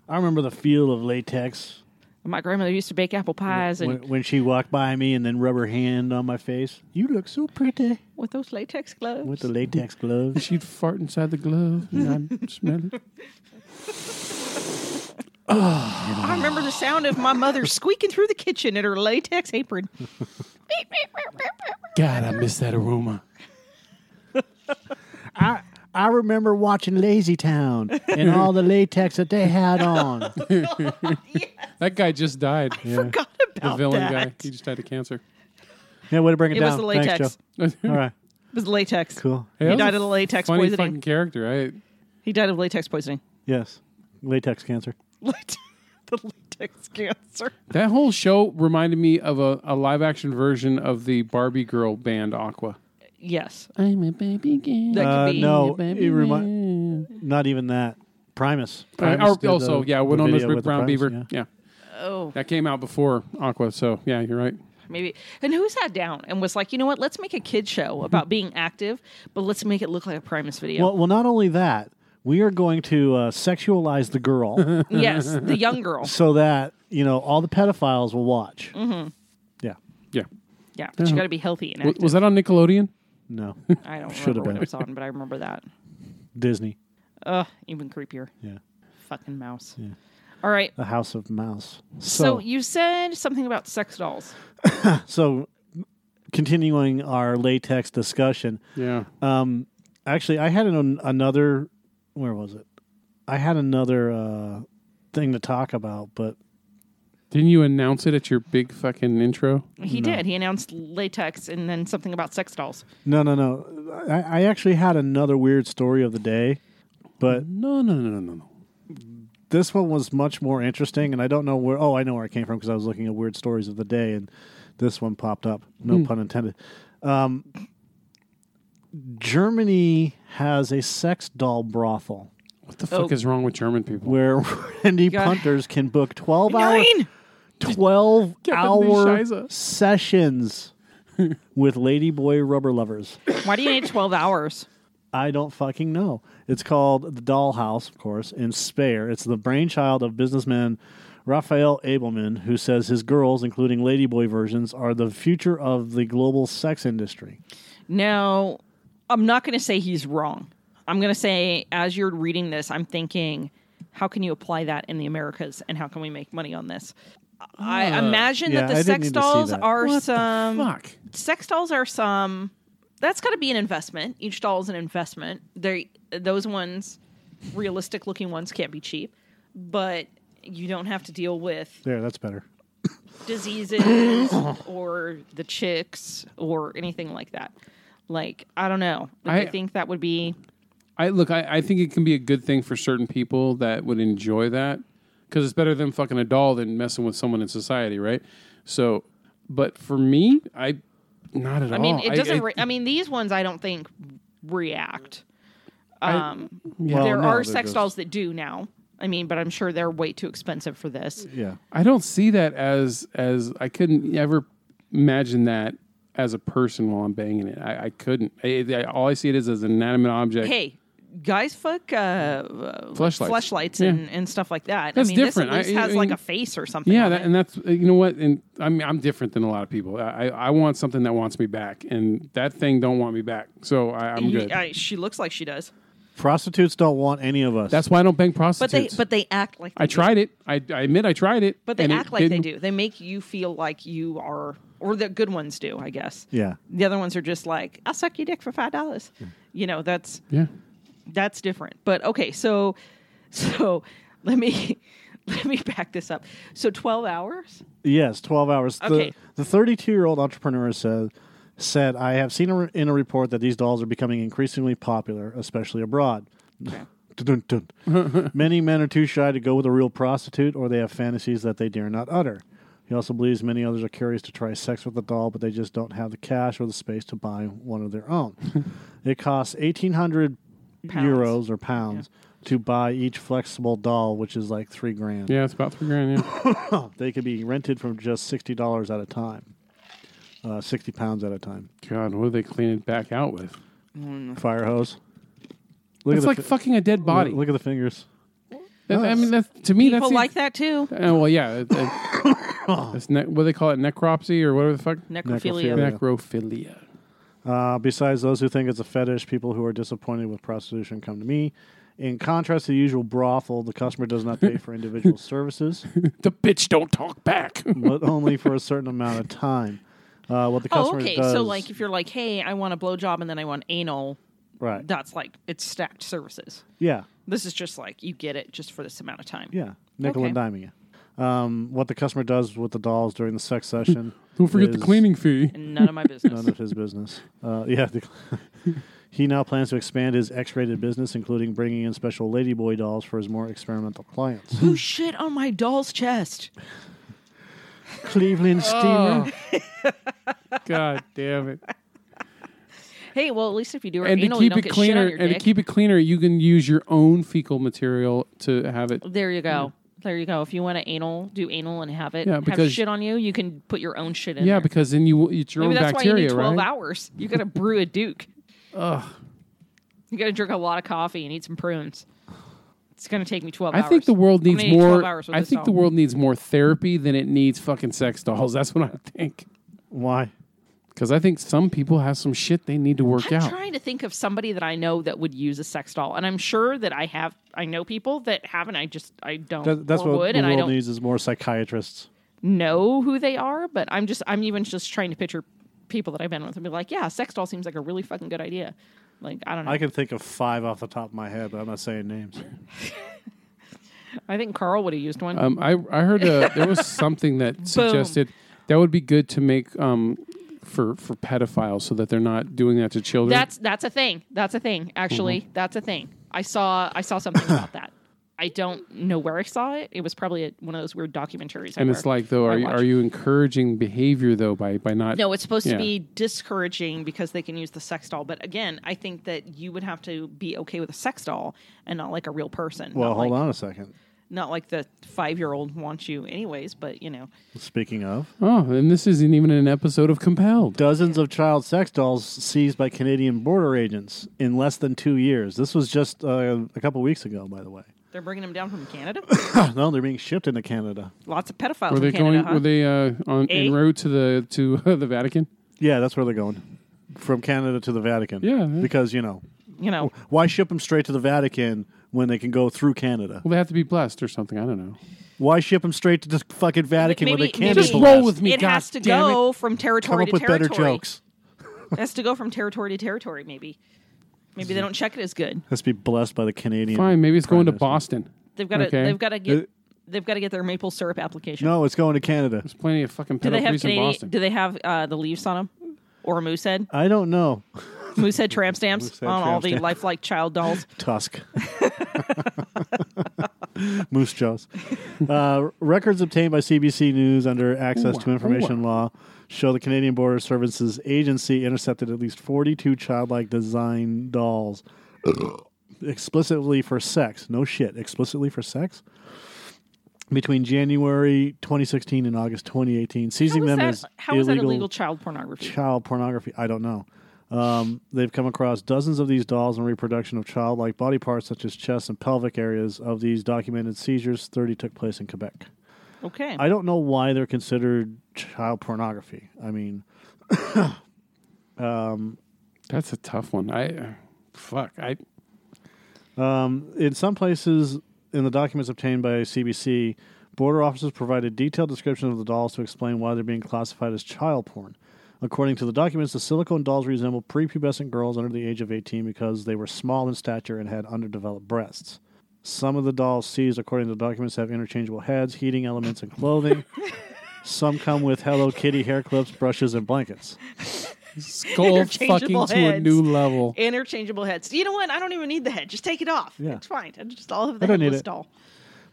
[SPEAKER 1] I remember the feel of latex
[SPEAKER 4] My grandmother used to bake apple pies, and
[SPEAKER 1] when, when she walked by me and then rub her hand on my face. You look so pretty
[SPEAKER 4] with those latex gloves.
[SPEAKER 1] with the latex gloves.
[SPEAKER 2] she'd fart inside the glove, and I'd smell it.
[SPEAKER 4] I remember the sound of my mother squeaking through the kitchen in her latex apron.
[SPEAKER 2] God, I miss that aroma.
[SPEAKER 1] I I remember watching Lazy Town and all the latex that they had on.
[SPEAKER 2] That guy just died.
[SPEAKER 4] Forgot about
[SPEAKER 2] the villain
[SPEAKER 4] that.
[SPEAKER 2] guy. He just died of cancer.
[SPEAKER 1] yeah, way to bring it,
[SPEAKER 4] It
[SPEAKER 1] down.
[SPEAKER 4] was the latex.
[SPEAKER 1] Thanks, Joe.
[SPEAKER 2] Hey,
[SPEAKER 1] All right,
[SPEAKER 4] It was latex.
[SPEAKER 1] cool.
[SPEAKER 2] that was
[SPEAKER 4] died
[SPEAKER 2] a
[SPEAKER 4] of latex
[SPEAKER 2] funny
[SPEAKER 4] poisoning.
[SPEAKER 2] Fucking character, right?
[SPEAKER 4] He died of latex poisoning.
[SPEAKER 1] Yes, latex cancer.
[SPEAKER 4] Late- the latex cancer.
[SPEAKER 2] That whole show reminded me of a, a live action version of the Barbie girl band Aqua.
[SPEAKER 4] Yes.
[SPEAKER 2] I'm a baby girl.
[SPEAKER 4] That could
[SPEAKER 1] Uh,
[SPEAKER 4] be
[SPEAKER 1] no, it remi- not even that. Primus. Primus did
[SPEAKER 2] Uh, also,
[SPEAKER 1] the-
[SPEAKER 2] yeah,
[SPEAKER 1] the
[SPEAKER 2] Winona's
[SPEAKER 1] video
[SPEAKER 2] Big
[SPEAKER 1] with the
[SPEAKER 2] Brown
[SPEAKER 1] Primus,
[SPEAKER 2] Beaver.
[SPEAKER 1] yeah.
[SPEAKER 2] Yeah.
[SPEAKER 4] Oh,
[SPEAKER 2] that came out before Aqua. So yeah, you're right.
[SPEAKER 4] maybe. And who sat down and was like, you know what? Let's make a kid show about being active, but let's make it look like a Primus video.
[SPEAKER 1] Well, well, not only that, we are going to uh, sexualize the girl
[SPEAKER 4] yes, the young girl.
[SPEAKER 1] so that you know all the pedophiles will watch.
[SPEAKER 4] Mm-hmm.
[SPEAKER 1] Yeah,
[SPEAKER 2] Yeah.
[SPEAKER 4] Yeah, but you got to be healthy and
[SPEAKER 2] W-
[SPEAKER 4] active.
[SPEAKER 2] was that on Nickelodeon?
[SPEAKER 1] no,
[SPEAKER 4] I don't
[SPEAKER 1] Should have
[SPEAKER 4] remember what
[SPEAKER 1] been.
[SPEAKER 4] it was on, but I remember that.
[SPEAKER 1] Disney.
[SPEAKER 4] Ugh, even creepier.
[SPEAKER 1] Yeah,
[SPEAKER 4] Fucking mouse. All right.
[SPEAKER 1] the House of Mouse.
[SPEAKER 4] So,
[SPEAKER 1] So,
[SPEAKER 4] you said something about sex dolls.
[SPEAKER 1] so, continuing our latex discussion.
[SPEAKER 2] Yeah.
[SPEAKER 1] Um, actually, I had an, another. Where was it? I had another uh, thing to talk about, but
[SPEAKER 2] Didn't you announce it at your big fucking intro?
[SPEAKER 4] He did. He announced latex and then something about sex dolls.
[SPEAKER 1] No, no, no. I, I actually had another weird story of the day, but
[SPEAKER 2] No, no, no, no, no, no.
[SPEAKER 1] this one was much more interesting, and I don't know where. Oh, I know where it came from because I was looking at weird stories of the day, and this one popped up. No pun intended. Um, Germany has a sex doll brothel
[SPEAKER 2] What the fuck
[SPEAKER 4] Oh.
[SPEAKER 2] is wrong with German people?
[SPEAKER 1] where Randy
[SPEAKER 4] Yeah.
[SPEAKER 1] punters can book twelve hour,
[SPEAKER 4] Nine!
[SPEAKER 1] twelve hour
[SPEAKER 2] Scheiße.
[SPEAKER 1] sessions with ladyboy rubber lovers.
[SPEAKER 4] Why do you need 12 hours?
[SPEAKER 1] I don't fucking know. It's called The Dollhouse, of course, in Spare. It's the brainchild of businessman Raphael Abelman, who says his girls, including Ladyboy versions, are the future of the global sex industry.
[SPEAKER 4] Now, I'm not going to say he's wrong. I'm going to say, as you're reading this, I'm thinking, how can you apply that in the Americas and how can we make money on this? I imagine
[SPEAKER 1] Ah, yeah,
[SPEAKER 4] that the
[SPEAKER 1] I didn't
[SPEAKER 4] sex
[SPEAKER 1] need to see
[SPEAKER 4] dolls
[SPEAKER 1] that.
[SPEAKER 4] are
[SPEAKER 2] What
[SPEAKER 4] some.
[SPEAKER 2] the fuck?
[SPEAKER 4] sex dolls are some that's got to be an investment each doll is an investment they those ones realistic looking ones can't be cheap but you don't have to deal with
[SPEAKER 1] There, that's better.
[SPEAKER 4] diseases or the chicks or anything like that like i don't know
[SPEAKER 2] I-
[SPEAKER 4] Like, i think that would be
[SPEAKER 2] I look. I, I think it can be a good thing for certain people that would enjoy that because it's better than fucking a doll than messing with someone in society, right? So, but for me, I not at all.
[SPEAKER 4] i mean it doesn't
[SPEAKER 2] I,
[SPEAKER 4] I, re- I mean these ones i don't think react um,
[SPEAKER 1] Well,
[SPEAKER 4] there
[SPEAKER 1] no,
[SPEAKER 4] are
[SPEAKER 1] they're
[SPEAKER 4] sex
[SPEAKER 1] just-
[SPEAKER 4] dolls that do now i mean but i'm sure they're way too expensive for this
[SPEAKER 1] Yeah.
[SPEAKER 2] I don't see that as as I couldn't ever imagine that as a person while I'm banging it. I, I couldn't. I, I, all I see it is as an inanimate object.
[SPEAKER 4] hey, guys, fuck uh, uh,
[SPEAKER 2] Fleshlights.
[SPEAKER 4] fleshlights
[SPEAKER 2] Yeah.
[SPEAKER 4] and, and stuff like that.
[SPEAKER 2] That's
[SPEAKER 4] I mean,
[SPEAKER 2] different.
[SPEAKER 4] This at least
[SPEAKER 2] I- I
[SPEAKER 4] has like
[SPEAKER 2] mean-
[SPEAKER 4] a face or something.
[SPEAKER 2] Yeah,
[SPEAKER 4] on
[SPEAKER 2] that,
[SPEAKER 4] it.
[SPEAKER 2] and that's you know what, and I mean I'm different than a lot of people. I, I I want something that wants me back, and that thing don't want me back. So I, I'm
[SPEAKER 4] You- uh,
[SPEAKER 2] good.
[SPEAKER 4] I- she looks like she does,
[SPEAKER 1] Prostitutes don't want any of us.
[SPEAKER 2] That's why I don't bang
[SPEAKER 4] but
[SPEAKER 2] prostitutes.
[SPEAKER 4] they but they act like they
[SPEAKER 2] I tried it. I, I admit I tried it.
[SPEAKER 4] but they
[SPEAKER 2] and it
[SPEAKER 4] act like they
[SPEAKER 2] didn't-
[SPEAKER 4] do. They make you feel like you are, or the good ones do, I guess.
[SPEAKER 1] Yeah.
[SPEAKER 4] The other ones are just like, I'll suck your dick for five dollars. You know, that's
[SPEAKER 2] Yeah.
[SPEAKER 4] that's different. But okay, so so let me let me back this up. So twelve hours.
[SPEAKER 1] Yes, 12 hours.
[SPEAKER 4] Okay.
[SPEAKER 1] The 32 year old entrepreneur says, said, I have seen a re- in a report that these dolls are becoming increasingly popular, especially abroad. Dun, dun, dun. many men are too shy to go with a real prostitute or they have fantasies that they dare not utter. He also believes many others are curious to try sex with a doll, but they just don't have the cash or the space to buy one of their own. it costs 1,800
[SPEAKER 4] Pounds.
[SPEAKER 1] euros or pounds to buy each flexible doll, which is like three grand.
[SPEAKER 2] Yeah, it's about three grand. Yeah.
[SPEAKER 1] They could be rented from just sixty dollars at a time, uh, sixty pounds at a time.
[SPEAKER 2] God, what do they clean it back out with?
[SPEAKER 4] Mm-hmm.
[SPEAKER 1] Fire hose. Look
[SPEAKER 2] It's
[SPEAKER 1] the
[SPEAKER 2] like
[SPEAKER 1] fi-
[SPEAKER 2] fucking a dead body.
[SPEAKER 1] Look, look at the fingers.
[SPEAKER 2] That- I mean, that's, to me,
[SPEAKER 4] People
[SPEAKER 2] that's the-
[SPEAKER 4] like that too.
[SPEAKER 2] Uh, well, yeah. it- it- it's ne- what do they call it? Necropsy or whatever the fuck?
[SPEAKER 4] Necrophilia.
[SPEAKER 1] Necrophilia.
[SPEAKER 2] Necrophilia.
[SPEAKER 1] Uh, besides those who think it's a fetish, people who are disappointed with prostitution come to me. In contrast to the usual brothel, the customer does not pay for individual services,
[SPEAKER 2] The bitch don't talk back.
[SPEAKER 1] but only for a certain amount of time. Uh, what the
[SPEAKER 4] Oh,
[SPEAKER 1] customer
[SPEAKER 4] okay.
[SPEAKER 1] does,
[SPEAKER 4] So like, if you're like, hey, I want a blowjob and then I want anal,
[SPEAKER 1] right?
[SPEAKER 4] that's like it's stacked services.
[SPEAKER 1] Yeah,
[SPEAKER 4] This is just like you get it just for this amount of time.
[SPEAKER 1] yeah, nickel and
[SPEAKER 4] Okay.
[SPEAKER 1] diming it. Um, what the customer does with the dolls during the sex session.
[SPEAKER 2] Don't forget the
[SPEAKER 1] is-
[SPEAKER 2] cleaning fee.
[SPEAKER 4] And none of my business.
[SPEAKER 1] None of his business. Uh, yeah. the- he now plans to expand his X rated business, including bringing in special Ladyboy dolls for his more experimental clients.
[SPEAKER 4] Who shit on my doll's chest?
[SPEAKER 1] Cleveland Steamer.
[SPEAKER 4] Oh.
[SPEAKER 2] God damn it.
[SPEAKER 4] Hey, well, at least if you do it
[SPEAKER 2] And to
[SPEAKER 4] anal, you
[SPEAKER 2] keep
[SPEAKER 4] don't
[SPEAKER 2] it
[SPEAKER 4] get shit
[SPEAKER 2] cleaner,
[SPEAKER 4] on your
[SPEAKER 2] and to
[SPEAKER 4] dick.
[SPEAKER 2] keep it cleaner, you can use your own fecal material to have it.
[SPEAKER 4] there you go. There you go. If you want to anal, do anal and have it
[SPEAKER 2] Yeah,
[SPEAKER 4] have
[SPEAKER 2] because-
[SPEAKER 4] shit on you. You can put your own shit in.
[SPEAKER 2] Yeah,
[SPEAKER 4] there.
[SPEAKER 2] because then you it's your
[SPEAKER 4] maybe
[SPEAKER 2] own
[SPEAKER 4] that's why you
[SPEAKER 2] bacteria,
[SPEAKER 4] need twelve
[SPEAKER 2] right?
[SPEAKER 4] hours. You got to brew a Duke. Ugh. You got to drink a lot of coffee and eat some prunes. It's gonna take me twelve.
[SPEAKER 2] I
[SPEAKER 4] hours.
[SPEAKER 2] think the world
[SPEAKER 4] I'm
[SPEAKER 2] needs
[SPEAKER 4] gonna need 12
[SPEAKER 2] more.
[SPEAKER 4] hours with
[SPEAKER 2] I
[SPEAKER 4] this
[SPEAKER 2] think the
[SPEAKER 4] doll.
[SPEAKER 2] world needs more therapy than it needs fucking sex dolls. That's what I think.
[SPEAKER 1] Why?
[SPEAKER 2] Because I think some people have some shit they need to work
[SPEAKER 4] I'm
[SPEAKER 2] out.
[SPEAKER 4] trying to think of somebody that I know that would use a sex doll, and I'm sure that I have. I know people that haven't. I just I don't.
[SPEAKER 1] That, that's
[SPEAKER 4] or
[SPEAKER 1] what
[SPEAKER 4] would,
[SPEAKER 1] the
[SPEAKER 4] and I
[SPEAKER 1] world
[SPEAKER 4] don't
[SPEAKER 1] needs is more psychiatrists.
[SPEAKER 4] know who they are. But I'm just I'm even just trying to picture people that I've been with and be like, yeah, sex doll seems like a really fucking good idea. Like I don't know.
[SPEAKER 1] I
[SPEAKER 4] I,
[SPEAKER 1] can think of five off the top of my head, but I'm not saying names.
[SPEAKER 4] think Carl would have used one.
[SPEAKER 2] Um, I I heard uh there was something that suggested that would be good to make um for for pedophiles so that they're not doing that to children.
[SPEAKER 4] that's that's a thing. That's a thing. Actually, that's a thing. I saw I saw something about that. I don't know where I saw it. It was probably a, one of those weird documentaries. I
[SPEAKER 2] and it's
[SPEAKER 4] where-
[SPEAKER 2] like though,
[SPEAKER 4] I
[SPEAKER 2] are you,
[SPEAKER 4] watched.
[SPEAKER 2] are you encouraging behavior though by by not?
[SPEAKER 4] No, it's supposed
[SPEAKER 2] Yeah.
[SPEAKER 4] to be discouraging because they can use the sex doll. But again, I think that you would have to be okay with a sex doll and not like a real person.
[SPEAKER 1] Well,
[SPEAKER 4] not
[SPEAKER 1] hold
[SPEAKER 4] like,
[SPEAKER 1] on a second.
[SPEAKER 4] Not like the five year old wants you, anyways. But you know,
[SPEAKER 1] Speaking of,
[SPEAKER 2] Oh, and this isn't even an episode of Compelled.
[SPEAKER 1] dozens of child sex dolls seized by Canadian border agents in less than two years. This was just uh, a couple weeks ago, by the way.
[SPEAKER 4] they're bringing them down from Canada.
[SPEAKER 1] no, they're being shipped into Canada.
[SPEAKER 4] Lots of pedophiles
[SPEAKER 2] Were they
[SPEAKER 4] in Canada.
[SPEAKER 2] going?
[SPEAKER 4] huh?
[SPEAKER 2] Were they uh, on
[SPEAKER 4] Eh?
[SPEAKER 2] en route to the to the Vatican?
[SPEAKER 1] Yeah, that's where they're going. From Canada to the Vatican.
[SPEAKER 2] Yeah.
[SPEAKER 1] Because, you know,
[SPEAKER 4] you know,
[SPEAKER 1] why ship them straight to the Vatican when they can go through Canada?
[SPEAKER 2] Well, they have to be blessed or something. I don't know.
[SPEAKER 1] Why ship them straight to the fucking Vatican when they
[SPEAKER 4] Maybe-
[SPEAKER 1] can't
[SPEAKER 4] maybe-
[SPEAKER 1] be
[SPEAKER 2] Just roll
[SPEAKER 1] blessed?
[SPEAKER 2] with me.
[SPEAKER 4] it has to
[SPEAKER 2] God damn
[SPEAKER 4] go
[SPEAKER 2] It.
[SPEAKER 4] from
[SPEAKER 1] Come
[SPEAKER 4] territory
[SPEAKER 1] up
[SPEAKER 4] to
[SPEAKER 1] with
[SPEAKER 4] territory.
[SPEAKER 1] better jokes.
[SPEAKER 4] It has to go from territory to territory. Maybe, maybe they don't check it as good.
[SPEAKER 1] Let's be blessed by the Canadian.
[SPEAKER 2] Fine, maybe it's going to
[SPEAKER 1] Prime Minister.
[SPEAKER 2] Boston.
[SPEAKER 4] They've got to.
[SPEAKER 2] Okay.
[SPEAKER 4] They've got to get.
[SPEAKER 1] Uh,
[SPEAKER 4] They've got to get their maple syrup application.
[SPEAKER 1] No, it's going to Canada.
[SPEAKER 2] There's plenty of fucking
[SPEAKER 4] do they
[SPEAKER 2] pedophiles
[SPEAKER 4] have
[SPEAKER 2] in
[SPEAKER 4] Canadian-
[SPEAKER 2] Boston.
[SPEAKER 4] Do they have uh, the leaves on them or a moose head?
[SPEAKER 1] I don't know.
[SPEAKER 4] Moose head tramp stamps
[SPEAKER 1] Moosehead
[SPEAKER 4] on
[SPEAKER 1] tramp
[SPEAKER 4] all the
[SPEAKER 1] stamp.
[SPEAKER 4] lifelike child dolls.
[SPEAKER 1] Tusk. Moose jaws. Uh, records obtained by CBC News under Access to
[SPEAKER 2] Ooh,
[SPEAKER 1] Information Law show the Canadian Border Services Agency intercepted at least 42 childlike design dolls explicitly for sex. No shit, explicitly for sex? Between January 2016 and August 2018,
[SPEAKER 4] How
[SPEAKER 1] seizing
[SPEAKER 4] is
[SPEAKER 1] them
[SPEAKER 4] that,
[SPEAKER 1] as
[SPEAKER 4] how is that illegal child pornography?
[SPEAKER 1] child pornography. I don't know. Um, they've come across dozens of these dolls and reproduction of childlike body parts such as chest and pelvic areas. Of these documented seizures, 30 took place in Quebec.
[SPEAKER 4] Okay.
[SPEAKER 1] I don't know why they're considered child pornography. I mean,
[SPEAKER 2] That's a tough one. I uh, fuck. I
[SPEAKER 1] in some places, in the documents obtained by CBC, border officers provided detailed descriptions of the dolls to explain why they're being classified as child porn. According to the documents, the silicone dolls resemble prepubescent girls under the age of 18 because they were small in stature and had underdeveloped breasts. Some of the dolls seized, according to the documents, have interchangeable heads, heating elements, and clothing. Some come with Hello Kitty hair clips, brushes, and blankets.
[SPEAKER 2] skull fucking
[SPEAKER 4] Interchangeable
[SPEAKER 2] to a
[SPEAKER 4] heads.
[SPEAKER 2] new level.
[SPEAKER 4] Interchangeable heads. You know what? I don't even need the head. Just take it off.
[SPEAKER 1] Yeah.
[SPEAKER 4] It's fine. I just I'll have
[SPEAKER 1] I
[SPEAKER 4] the
[SPEAKER 1] don't need
[SPEAKER 4] headless
[SPEAKER 1] it.
[SPEAKER 4] doll.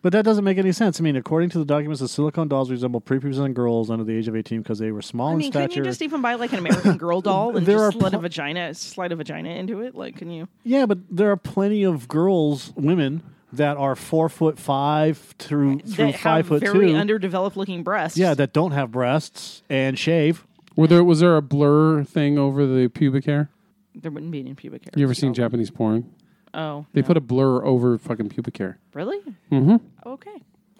[SPEAKER 1] But that doesn't make any sense. I mean, according to the documents, the silicone dolls resemble prepubescent girls under the age of 18 because they were small
[SPEAKER 4] I mean,
[SPEAKER 1] in
[SPEAKER 4] couldn't
[SPEAKER 1] stature.
[SPEAKER 4] you just even buy like an American Girl doll and
[SPEAKER 1] There
[SPEAKER 4] just
[SPEAKER 1] are
[SPEAKER 4] let a
[SPEAKER 1] pl-
[SPEAKER 4] vagina slide a vagina into it? Like, can you?
[SPEAKER 1] Yeah, but there are plenty of girls, women that are four foot five through through
[SPEAKER 4] that
[SPEAKER 1] five foot
[SPEAKER 4] have very
[SPEAKER 1] two.
[SPEAKER 4] underdeveloped looking breasts.
[SPEAKER 1] yeah, that don't have breasts and shave.
[SPEAKER 2] Were there was there a blur thing over the pubic hair?
[SPEAKER 4] there wouldn't be any pubic hair.
[SPEAKER 2] You ever seen
[SPEAKER 4] so-
[SPEAKER 2] Japanese porn?
[SPEAKER 4] Oh,
[SPEAKER 2] They
[SPEAKER 4] no.
[SPEAKER 2] put a blur over fucking pubic hair.
[SPEAKER 4] really?
[SPEAKER 1] Mm-hmm.
[SPEAKER 2] Mhm.
[SPEAKER 4] Okay.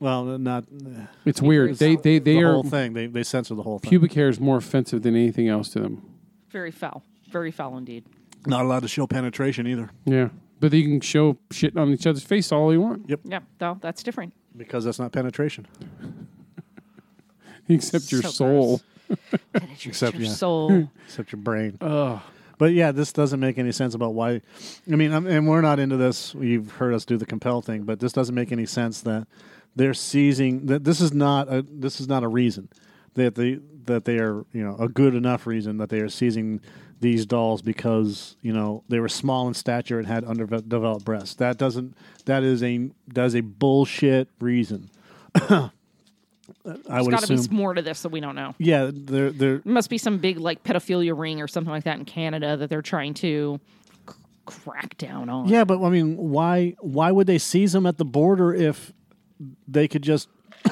[SPEAKER 1] Well, not uh,
[SPEAKER 2] It's weird. They they they
[SPEAKER 1] the
[SPEAKER 2] are
[SPEAKER 1] whole thing. They they censor the whole thing.
[SPEAKER 2] pubic hair is more offensive than anything else to them.
[SPEAKER 4] Very foul. Very foul indeed.
[SPEAKER 1] not allowed to show penetration either
[SPEAKER 2] Yeah, but you can show shit on each other's face all you want,
[SPEAKER 4] Yeah, no, that's different.
[SPEAKER 1] because that's not penetration.
[SPEAKER 2] except your
[SPEAKER 4] So
[SPEAKER 2] soul.
[SPEAKER 1] Except
[SPEAKER 4] Your
[SPEAKER 1] yeah,
[SPEAKER 4] soul.
[SPEAKER 1] except your brain.
[SPEAKER 2] Ugh.
[SPEAKER 1] But yeah, this doesn't make any sense about why. I mean, um, and we're not into this. You've heard us do the compel thing, but this doesn't make any sense that they're seizing that this is not a this is not a reason that they that they are you know a good enough reason that they are seizing these dolls because you know they were small in stature and had underdeveloped breasts. That doesn't that is a that is a bullshit reason. I
[SPEAKER 4] There's
[SPEAKER 1] would
[SPEAKER 4] got to
[SPEAKER 1] assume.
[SPEAKER 4] be more to this that we don't know.
[SPEAKER 1] yeah, they're they're
[SPEAKER 4] There must be some big like pedophilia ring or something like that in Canada that they're trying to c- crack down on.
[SPEAKER 1] Yeah, but I mean, why why would they seize them at the border if they could just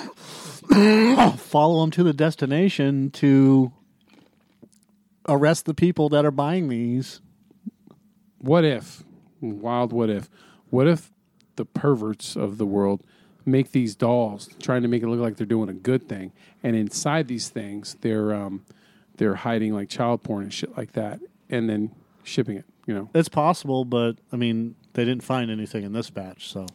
[SPEAKER 1] follow them to the destination to arrest the people that are buying these?
[SPEAKER 2] What if, wild what if, what if the perverts of the world make these dolls, trying to make it look like they're doing a good thing, and inside these things they're um, they're hiding like child porn and shit like that, and then shipping it. You know,
[SPEAKER 1] It's possible, but I mean, they didn't find anything in this batch, so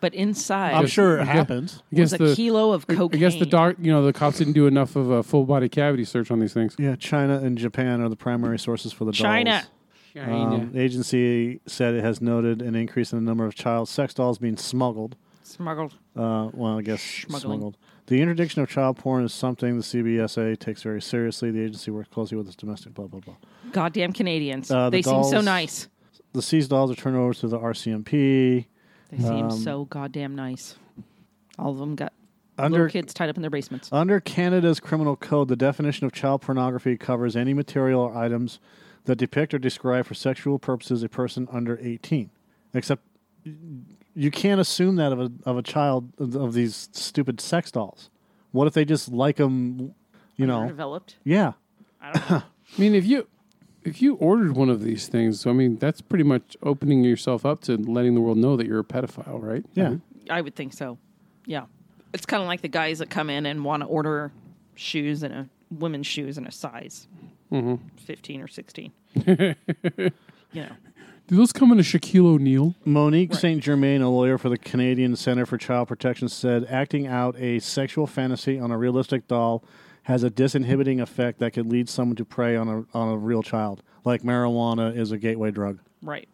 [SPEAKER 4] But inside
[SPEAKER 1] I'm
[SPEAKER 4] was
[SPEAKER 1] sure it happens.
[SPEAKER 2] I guess
[SPEAKER 4] a
[SPEAKER 2] the
[SPEAKER 4] kilo of
[SPEAKER 2] I
[SPEAKER 4] cocaine.
[SPEAKER 2] guess the doc, you know, the cops didn't do enough of a full body cavity search on these things.
[SPEAKER 1] Yeah, China and Japan are the primary sources for the
[SPEAKER 4] China.
[SPEAKER 1] dolls. Um, the agency said it has noted an increase in the number of child sex dolls being smuggled.
[SPEAKER 4] smuggled.
[SPEAKER 1] Uh, well, I guess
[SPEAKER 4] Smuggling.
[SPEAKER 1] smuggled. The interdiction of child porn is something the CBSA takes very seriously. The agency works closely with its domestic, blah, blah, blah.
[SPEAKER 4] Goddamn Canadians.
[SPEAKER 1] Uh, the
[SPEAKER 4] they seem so
[SPEAKER 1] dolls-
[SPEAKER 4] nice.
[SPEAKER 1] The seized dolls are turned over to the RCMP.
[SPEAKER 4] They seem
[SPEAKER 1] Um,
[SPEAKER 4] so goddamn nice. All of them got
[SPEAKER 1] Under,
[SPEAKER 4] little kids tied up in their basements.
[SPEAKER 1] under Canada's criminal code, the definition of child pornography covers any material or items that depict or describe for sexual purposes a person under 18. Except you can't assume that of a, of a child of these stupid sex dolls. What if they just like them, you know?
[SPEAKER 4] Developed.
[SPEAKER 1] Yeah.
[SPEAKER 2] I mean, if you if you ordered one of these things, I mean, that's pretty much opening yourself up to letting the world know that you're a pedophile, right?
[SPEAKER 1] Yeah.
[SPEAKER 4] I would think so. Yeah. It's kind of like the guys that come in and want to order shoes and a women's shoes in a size 15 or 16. you know,
[SPEAKER 2] Do those come in a Shaquille O'Neal?
[SPEAKER 1] Monique St. Germain, a lawyer for the Canadian Center for Child Protection, said acting out a sexual fantasy on a realistic doll has a disinhibiting effect that could lead someone to prey on a, on a real child, like marijuana is a gateway drug.
[SPEAKER 4] right.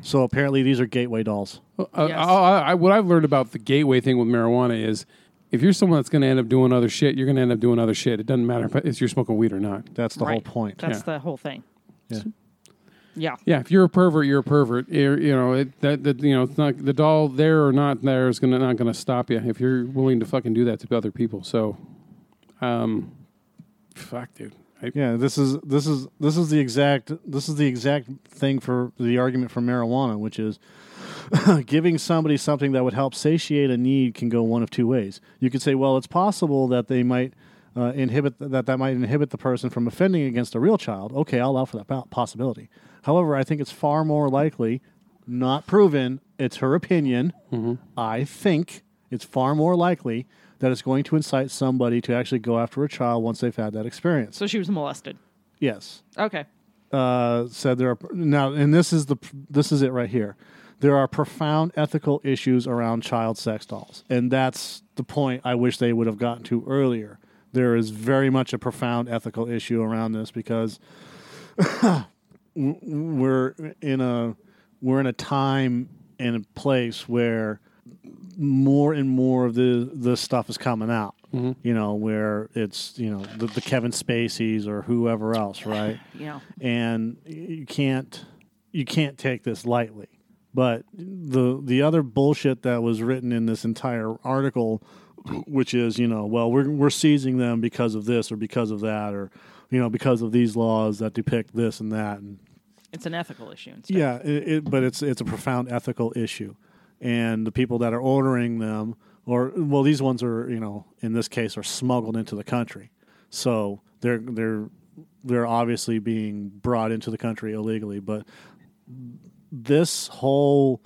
[SPEAKER 1] So apparently, these are gateway dolls.
[SPEAKER 2] Uh,
[SPEAKER 4] Yes.
[SPEAKER 2] I, I, I- what I've learned about the gateway thing with marijuana is if you're someone that's going to end up doing other shit, you're going to end up doing other shit. It doesn't matter if, if you're smoking weed or not.
[SPEAKER 1] That's the whole
[SPEAKER 4] Right.
[SPEAKER 1] point.
[SPEAKER 4] That's
[SPEAKER 2] Yeah.
[SPEAKER 4] the whole thing.
[SPEAKER 1] Yeah.
[SPEAKER 4] Yeah.
[SPEAKER 2] Yeah, if you're a pervert, you're a pervert. You're- you know it, that, that. You know it's not the doll there or not there is gonna not gonna stop you if you're willing to fucking do that to other people. So, um, fuck, dude. I,
[SPEAKER 1] Yeah, this is this is this is the exact this is the exact thing for the argument for marijuana, which is giving somebody something that would help satiate a need can go one of two ways. You could say, well, it's possible that they might uh, inhibit that that might inhibit the person from offending against a real child. Okay, I'll allow for that po- possibility. However, I think it's far more likely, not proven. It's her opinion. I think it's far more likely that it's going to incite somebody to actually go after a child once they've had that experience.
[SPEAKER 4] So she was molested.
[SPEAKER 1] Yes
[SPEAKER 4] Okay.
[SPEAKER 1] uh, said there are now, and this is the this is it right here. There are profound ethical issues around child sex dolls, and that's the point I wish they would have gotten to earlier. There is very much a profound ethical issue around this because we're in a we're in a time and a place where more and more of the the stuff is coming out. you know, where it's, you know, the, the Kevin Spaceys or whoever else, right?
[SPEAKER 4] You know,
[SPEAKER 1] and you can't you can't take this lightly. But the the other bullshit that was written in this entire article, which is you know, well, we're we're seizing them because of this or because of that or you know because of these laws that depict this and that and
[SPEAKER 4] it's an ethical issue. And stuff.
[SPEAKER 1] yeah, it, it, but it's it's a profound ethical issue, and the people that are ordering them, or well, these ones are you know in this case are smuggled into the country, so they're they're they're obviously being brought into the country illegally. But this whole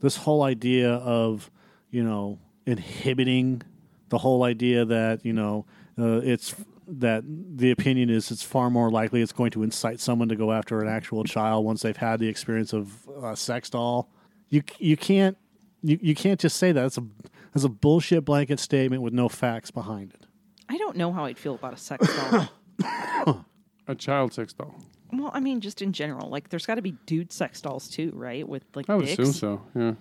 [SPEAKER 1] this whole idea of you know inhibiting the whole idea that you know uh, it's that the opinion is it's far more likely it's going to incite someone to go after an actual child once they've had the experience of a sex doll. You you can't you, you can't just say that. That's a that's a bullshit blanket statement with no facts behind it.
[SPEAKER 4] I don't know how I'd feel about a sex doll.
[SPEAKER 2] A child sex doll.
[SPEAKER 4] well, I mean, just in general, like there's got to be dude sex dolls too, right? With like
[SPEAKER 2] I would
[SPEAKER 4] dicks.
[SPEAKER 2] assume so. Yeah.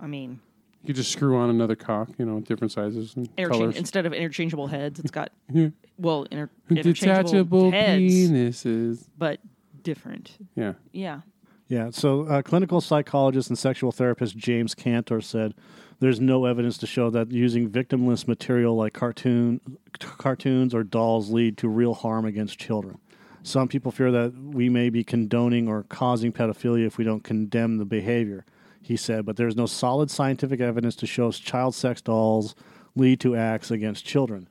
[SPEAKER 4] I mean,
[SPEAKER 2] You could just screw on another cock, you know, different sizes and
[SPEAKER 4] interchange
[SPEAKER 2] colors.
[SPEAKER 4] instead of interchangeable heads, it's got
[SPEAKER 2] Yeah.
[SPEAKER 4] well inter- interchangeable
[SPEAKER 2] Detachable
[SPEAKER 4] heads,
[SPEAKER 2] penises.
[SPEAKER 4] but different.
[SPEAKER 2] Yeah.
[SPEAKER 4] Yeah.
[SPEAKER 1] Yeah. So, uh, clinical psychologist and sexual therapist James Cantor said, "There's no evidence to show that using victimless material like cartoon cartoons or dolls lead to real harm against children. Some people fear that we may be condoning or causing pedophilia if we don't condemn the behavior." He said, "But there's no solid scientific evidence to show child sex dolls lead to acts against children."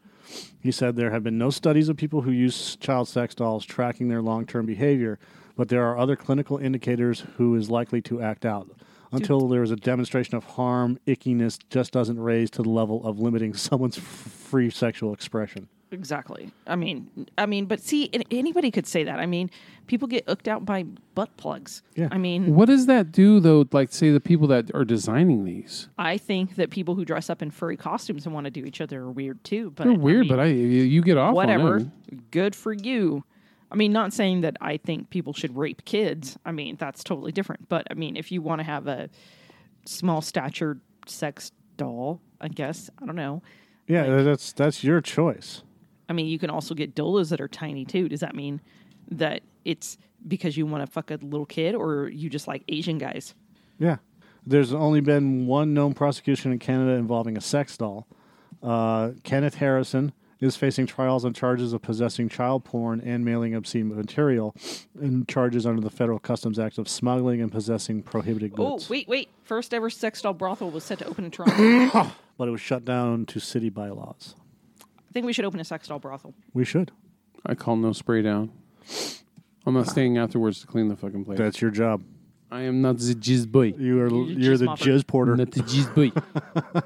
[SPEAKER 1] He said there have been no studies of people who use child sex dolls tracking their long term behavior, but there are other clinical indicators who is likely to act out. Until there is a demonstration of harm, ickiness just doesn't raise to the level of limiting someone's f- free sexual expression.
[SPEAKER 4] Exactly. I mean, I mean, but see, an- anybody could say that. I mean, people get hooked out by butt plugs.
[SPEAKER 1] Yeah.
[SPEAKER 4] I mean,
[SPEAKER 2] What does that do though? Like, say the people that are designing these,
[SPEAKER 4] I think that people who dress up in furry costumes and want to do each other are weird too. But
[SPEAKER 2] they're
[SPEAKER 4] I
[SPEAKER 2] weird,
[SPEAKER 4] mean,
[SPEAKER 2] but I you, you get off. on
[SPEAKER 4] whatever.
[SPEAKER 2] it.
[SPEAKER 4] Good for you. I mean, not saying that I think people should rape kids. I mean, that's totally different. But I mean, if you want to have a small statured sex doll, I guess I don't know.
[SPEAKER 1] Yeah, that's that's your choice.
[SPEAKER 4] I mean, you can also get doulas that are tiny too. Does that mean that it's because you want to fuck a little kid, or you just like Asian guys?
[SPEAKER 1] Yeah. There's only been one known prosecution in Canada involving a sex doll. Uh, Kenneth Harrison is facing trials on charges of possessing child porn and mailing obscene material, and charges under the Federal Customs Act of smuggling and possessing prohibited
[SPEAKER 4] Oh,
[SPEAKER 1] goods.
[SPEAKER 4] wait, wait! First ever sex doll brothel was set to open in Toronto.
[SPEAKER 1] But it was shut down to city bylaws.
[SPEAKER 4] I think we should open a sex doll brothel.
[SPEAKER 1] We should.
[SPEAKER 2] I call no spray down. I'm not staying afterwards to clean the fucking place.
[SPEAKER 1] That's your job.
[SPEAKER 2] I am not the jizz boy.
[SPEAKER 1] You are
[SPEAKER 4] You're
[SPEAKER 1] you're
[SPEAKER 4] jizz
[SPEAKER 1] the
[SPEAKER 4] mopper.
[SPEAKER 1] jizz porter,
[SPEAKER 2] Not the jizz boy.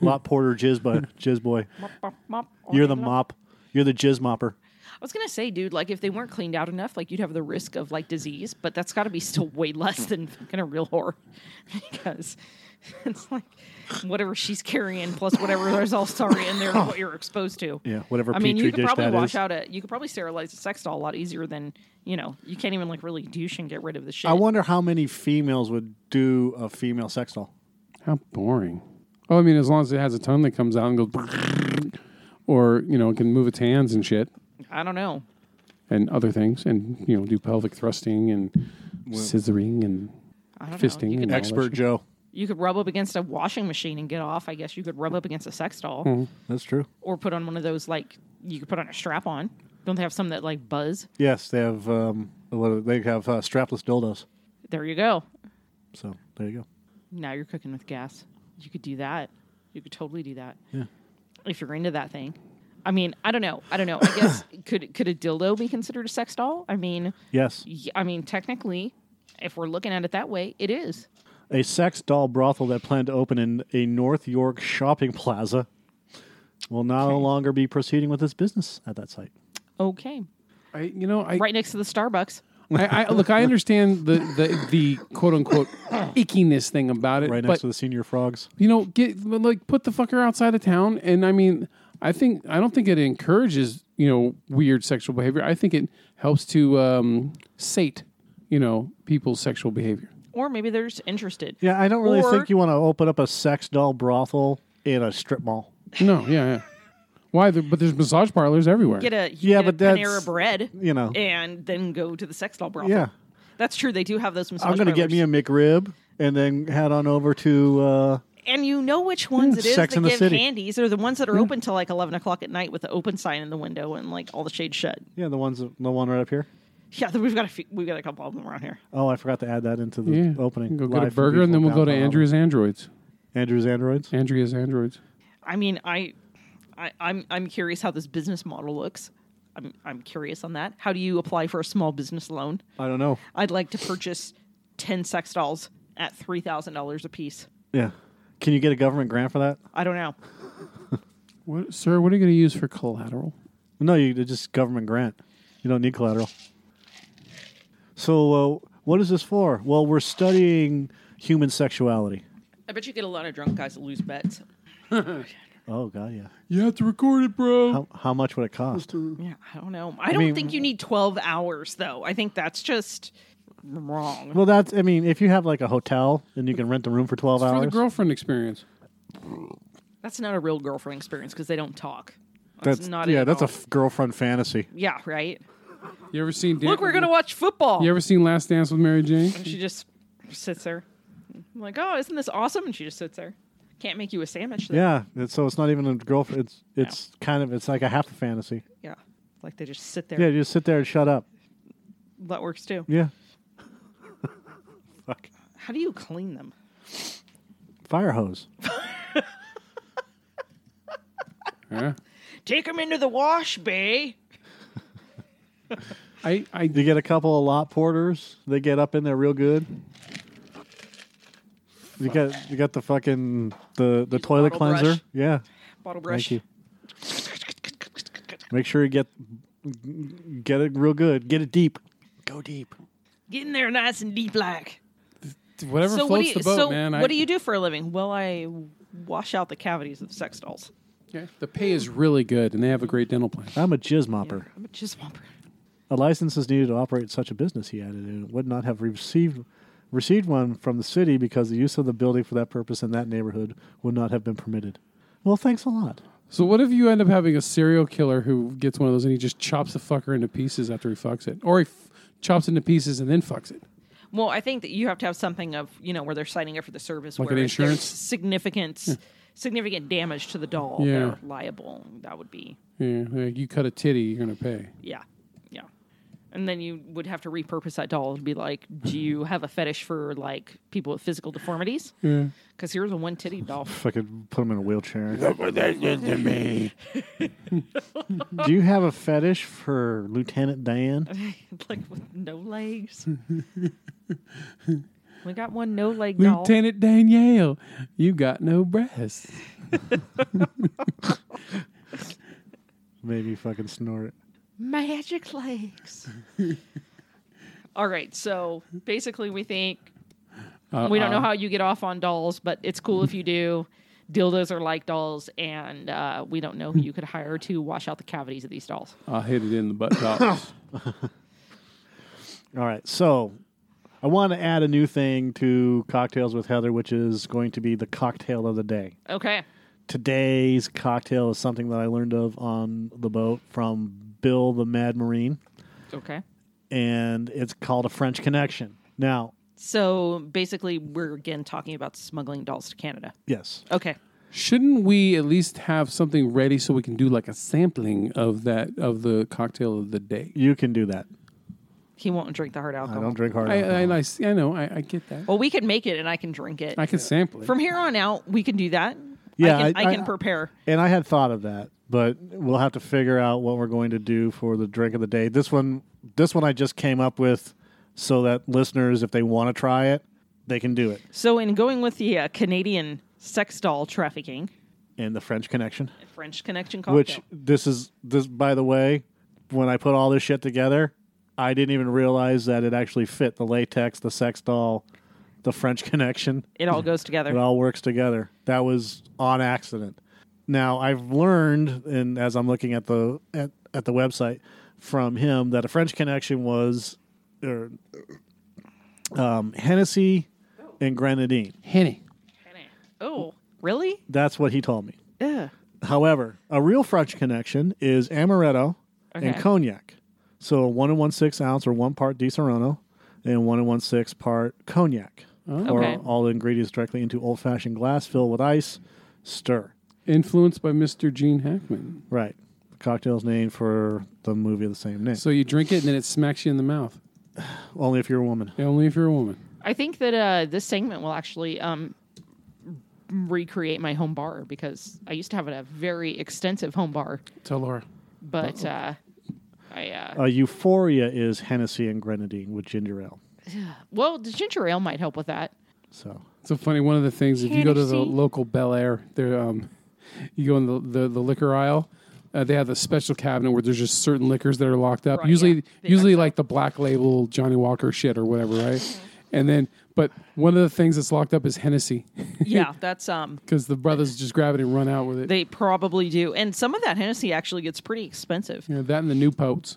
[SPEAKER 1] lot porter, jizz boy, jizz boy.
[SPEAKER 4] Mop, mop, mop, all
[SPEAKER 1] You're the
[SPEAKER 4] day long.
[SPEAKER 1] mop. You're the jizz mopper.
[SPEAKER 4] I was gonna say, dude, like if they weren't cleaned out enough, like you'd have the risk of like disease, but that's got to be still way less than fucking a real whore, because it's like whatever she's carrying plus whatever there's all sorry in there is what you're exposed to.
[SPEAKER 1] Yeah, whatever
[SPEAKER 4] I mean,
[SPEAKER 1] petri
[SPEAKER 4] you could
[SPEAKER 1] dish
[SPEAKER 4] probably
[SPEAKER 1] that
[SPEAKER 4] wash
[SPEAKER 1] is.
[SPEAKER 4] out a you could probably sterilize a sex doll a lot easier than you know. You can't even like really douche and get rid of the shit.
[SPEAKER 1] I wonder how many females would do a female sex doll.
[SPEAKER 2] How boring. Oh, I mean, as long as it has a tongue that comes out and goes, or you know, it can move its hands and shit
[SPEAKER 4] I don't know.
[SPEAKER 2] and other things, and you know, do pelvic thrusting and scissoring and
[SPEAKER 4] I don't know.
[SPEAKER 2] fisting.
[SPEAKER 4] You
[SPEAKER 2] and all
[SPEAKER 4] could,
[SPEAKER 2] that
[SPEAKER 1] Expert
[SPEAKER 2] shit.
[SPEAKER 1] Joe.
[SPEAKER 4] you could rub up against a washing machine and get off. I guess you could rub up against a sex doll.
[SPEAKER 1] That's true.
[SPEAKER 4] or put on one of those like you could put on a strap on. Don't they have some that like buzz?
[SPEAKER 1] Yes, they have. Um, what do- they have uh, strapless dildos.
[SPEAKER 4] There you go.
[SPEAKER 1] So there you go.
[SPEAKER 4] Now you're cooking with gas. You could do that. You could totally do that.
[SPEAKER 1] Yeah.
[SPEAKER 4] If you're into that thing. I mean, I don't know. I don't know. I guess could could a dildo be considered a sex doll? I mean,
[SPEAKER 1] Yes,
[SPEAKER 4] y- I mean technically, if we're looking at it that way, it is.
[SPEAKER 1] a sex doll brothel that planned to open in a North York shopping plaza will no longer be proceeding with its business at that site.
[SPEAKER 4] Okay.
[SPEAKER 2] I, you know, I,
[SPEAKER 4] Right next to the Starbucks.
[SPEAKER 2] I, I look. I understand the the, the quote unquote ickiness thing about it,
[SPEAKER 1] Right
[SPEAKER 2] but
[SPEAKER 1] next to the senior frogs.
[SPEAKER 2] you know, get like put the fucker outside of town. And I mean, I think I don't think it encourages you know weird sexual behavior. I think it helps to um, sate you know people's sexual behavior.
[SPEAKER 4] Or maybe they're just interested.
[SPEAKER 1] Yeah, I don't really
[SPEAKER 4] Or-
[SPEAKER 1] think you want to open up a sex doll brothel in a strip mall.
[SPEAKER 2] No, yeah, yeah. Why? There- But there's massage parlors everywhere.
[SPEAKER 4] Get a
[SPEAKER 1] Yeah,
[SPEAKER 4] get a
[SPEAKER 1] but that's-
[SPEAKER 4] Panera bread,
[SPEAKER 1] you know.
[SPEAKER 4] and then go to the sex doll brothel.
[SPEAKER 1] Yeah.
[SPEAKER 4] that's true. They do have those massage.
[SPEAKER 1] I'm gonna get me a McRib and then head on over to. Uh,
[SPEAKER 4] and you know which ones it is
[SPEAKER 1] Sex
[SPEAKER 4] that
[SPEAKER 1] in the
[SPEAKER 4] give
[SPEAKER 1] City.
[SPEAKER 4] handies are the ones that are open till like eleven o'clock at night with the open sign in the window and like all the shade shut.
[SPEAKER 1] yeah, the ones the one right up here.
[SPEAKER 4] Yeah, we've got a few, we've got a couple of them around here.
[SPEAKER 1] Oh, I forgot to add that into the
[SPEAKER 2] yeah.
[SPEAKER 1] opening.
[SPEAKER 2] Go get a
[SPEAKER 1] Live from
[SPEAKER 2] burger and then we'll
[SPEAKER 1] beautiful
[SPEAKER 2] go to
[SPEAKER 1] downtown
[SPEAKER 2] Andrea's Androids.
[SPEAKER 1] Auburn. Andrew's Androids.
[SPEAKER 2] Andrea's Androids.
[SPEAKER 4] I mean, I, I I'm I'm curious how this business model looks. I'm I'm curious on that. How do you apply for a small business loan?
[SPEAKER 1] I don't know.
[SPEAKER 4] I'd like to purchase ten sex dolls at three thousand dollars a piece.
[SPEAKER 1] Yeah, can you get a government grant for that?
[SPEAKER 4] I don't know.
[SPEAKER 2] What, sir, what are you going to use for collateral?
[SPEAKER 1] No, you it's just government grant. You don't need collateral. So, uh, what is this for? Well, we're studying human sexuality.
[SPEAKER 4] I bet you get a lot of drunk guys that lose bets.
[SPEAKER 1] Oh God, yeah.
[SPEAKER 2] You have to record it, bro.
[SPEAKER 1] How how much would it cost?
[SPEAKER 4] Yeah, I don't know. I don't
[SPEAKER 1] mean-
[SPEAKER 4] think you need twelve hours though. I think that's just wrong.
[SPEAKER 1] Well, that's. I mean, if you have like a hotel and you can rent the room for twelve
[SPEAKER 2] for the
[SPEAKER 1] hours,
[SPEAKER 2] girlfriend experience.
[SPEAKER 4] That's not a real girlfriend experience because they don't talk.
[SPEAKER 1] that's
[SPEAKER 4] not it
[SPEAKER 1] yeah,
[SPEAKER 4] at
[SPEAKER 1] that's a
[SPEAKER 4] all.
[SPEAKER 1] f- girlfriend fantasy.
[SPEAKER 4] Yeah, right.
[SPEAKER 2] You ever seen? Dan-
[SPEAKER 4] Look, we're gonna watch football.
[SPEAKER 2] You ever seen Last Dance with Mary Jane?
[SPEAKER 4] And she just sits there. I'm like, oh, isn't this awesome? And she just sits there. Can't make you a sandwich. though.
[SPEAKER 1] Yeah, it's, so it's not even a girlfriend. It's it's kind of it's like a half a fantasy.
[SPEAKER 4] Yeah. Like they just sit there.
[SPEAKER 1] Yeah, you just sit there and shut up.
[SPEAKER 4] That works too.
[SPEAKER 1] Yeah. Fuck.
[SPEAKER 4] How do you clean them?
[SPEAKER 1] Fire hose.
[SPEAKER 2] Yeah.
[SPEAKER 4] Take them into the wash bay.
[SPEAKER 2] I, I
[SPEAKER 1] You get a couple of lot porters. They get up in there real good. You got you got the fucking the the toilet
[SPEAKER 4] bottle
[SPEAKER 1] cleanser.
[SPEAKER 4] brush.
[SPEAKER 1] Yeah.
[SPEAKER 4] Bottle
[SPEAKER 1] Thank
[SPEAKER 4] brush.
[SPEAKER 1] you. Make sure you get get it real good. Get it deep. Go deep.
[SPEAKER 4] Get in there nice and deep like.
[SPEAKER 2] whatever
[SPEAKER 4] So what do
[SPEAKER 2] floats
[SPEAKER 4] you
[SPEAKER 2] the boat,
[SPEAKER 4] so
[SPEAKER 2] man. I,
[SPEAKER 4] what do you do for a living? Well, I wash out the cavities of sex dolls.
[SPEAKER 2] Okay. The pay is really good, and they have a great dental plan.
[SPEAKER 1] I'm a jizz mopper.
[SPEAKER 4] I'm a jizz whopper.
[SPEAKER 1] A license is needed to operate such a business, he added, and would not have received received one from the city because the use of the building for that purpose in that neighborhood would not have been permitted. Well, thanks a lot.
[SPEAKER 2] So what if you end up having a serial killer who gets one of those and he just chops the fucker into pieces after he fucks it, or he f- chops into pieces and then fucks it?
[SPEAKER 4] Well, I think that you have to have something of you know where they're signing up for the service,
[SPEAKER 2] Like
[SPEAKER 4] where
[SPEAKER 2] an
[SPEAKER 4] if
[SPEAKER 2] insurance?
[SPEAKER 4] there's significant significant damage to the doll,
[SPEAKER 2] Yeah.
[SPEAKER 4] they're liable. That would be
[SPEAKER 2] Yeah. Like you cut a titty, you're gonna pay.
[SPEAKER 4] yeah, yeah. And then you would have to repurpose that doll to be like, do you have a fetish for like people with physical deformities?
[SPEAKER 2] Yeah.
[SPEAKER 4] Because here's a one titty doll.
[SPEAKER 1] If I could put him in a wheelchair. Do you have a fetish for Lieutenant Dan?
[SPEAKER 4] like with no legs. we got one no leg doll.
[SPEAKER 2] Lieutenant Danielle, you got no breasts.
[SPEAKER 1] Maybe fucking snort it.
[SPEAKER 4] Magic legs. All right, so basically we think
[SPEAKER 2] Uh,
[SPEAKER 4] we don't know
[SPEAKER 2] uh,
[SPEAKER 4] how you get off on dolls, but it's cool if you do. Dildos are like dolls, and uh, we don't know who you could hire to wash out the cavities of these dolls.
[SPEAKER 2] I'll hit it in the butt tops.
[SPEAKER 1] All right, so I want to add a new thing to Cocktails with Heather, which is going to be the cocktail of the day.
[SPEAKER 4] Okay.
[SPEAKER 1] today's cocktail is something that I learned of on the boat from Bill the Mad Marine,
[SPEAKER 4] Okay.
[SPEAKER 1] and it's called a French Connection. Now,
[SPEAKER 4] So basically, we're again talking about smuggling dolls to Canada.
[SPEAKER 1] yes,
[SPEAKER 4] Okay.
[SPEAKER 2] Shouldn't we at least have something ready so we can do like a sampling of that of the cocktail of the day?
[SPEAKER 1] you can do that.
[SPEAKER 4] He won't drink the hard
[SPEAKER 1] I
[SPEAKER 4] alcohol.
[SPEAKER 1] don't drink hard.
[SPEAKER 2] I, uh, I,
[SPEAKER 1] alcohol.
[SPEAKER 2] I see- I know. I, I get that.
[SPEAKER 4] Well, we can make it, and I can drink it.
[SPEAKER 2] I can sample it.
[SPEAKER 4] From here on out, we can do that.
[SPEAKER 1] Yeah,
[SPEAKER 4] I can,
[SPEAKER 1] I-
[SPEAKER 4] I,
[SPEAKER 1] I-
[SPEAKER 4] can prepare.
[SPEAKER 1] and I had thought of that, but we'll have to figure out what we're going to do for the drink of the day. This one, this one, I just came up with so that listeners, if they want to try it, they can do it.
[SPEAKER 4] So, in going with the uh, Canadian sex doll trafficking,
[SPEAKER 1] And the French Connection.
[SPEAKER 4] French Connection cocktail.
[SPEAKER 1] Which this is this by the way, when I put all this shit together, I didn't even realize that it actually fit the latex, the sex doll, the French connection.
[SPEAKER 4] it all goes together.
[SPEAKER 1] It all works together. That was on accident. Now I've learned, and as I'm looking at the at, at the website from him, that a French connection was, er, um, Hennessy and grenadine.
[SPEAKER 2] Henny.
[SPEAKER 4] oh, really?
[SPEAKER 1] That's what he told me.
[SPEAKER 4] Yeah.
[SPEAKER 1] However, a real French connection is amaretto and
[SPEAKER 4] Okay.
[SPEAKER 1] cognac. So one and one six ounce or one part Di Serrano and one and one six part cognac.
[SPEAKER 4] Oh. Okay.
[SPEAKER 1] Or all ingredients directly into old fashioned glass, fill with ice, stir.
[SPEAKER 2] Influenced by Mr. Gene Hackman.
[SPEAKER 1] Right. The cocktail's named for the movie of the same name.
[SPEAKER 2] So you drink it and then it smacks you in the mouth.
[SPEAKER 1] Only if you're a woman.
[SPEAKER 2] Only if you're a woman.
[SPEAKER 3] I think that uh, this segment will actually um, recreate my home bar because I used to have a very extensive home bar,
[SPEAKER 2] Tell Laura.
[SPEAKER 3] but uh, I uh,
[SPEAKER 1] Uh, euphoria is Hennessy and grenadine with ginger ale.
[SPEAKER 3] well, the ginger ale might help with that.
[SPEAKER 1] So
[SPEAKER 2] So funny. One of the things, if you go to the
[SPEAKER 3] Hennessy.
[SPEAKER 2] local Bel Air, there, um, you go in the the, the liquor aisle. Uh, they have a special cabinet where there's just certain liquors that are locked up.
[SPEAKER 4] Right,
[SPEAKER 2] usually,
[SPEAKER 4] yeah. They
[SPEAKER 2] usually like the black label Johnny Walker shit or whatever, right?
[SPEAKER 4] Mm-hmm.
[SPEAKER 2] and then, but one of the things that's locked up is Hennessy
[SPEAKER 4] yeah, that's um.
[SPEAKER 2] because the brothers just grab it and run out with it.
[SPEAKER 4] They probably do, and some of that Hennessy actually gets pretty expensive.
[SPEAKER 2] you know, that and the new potes.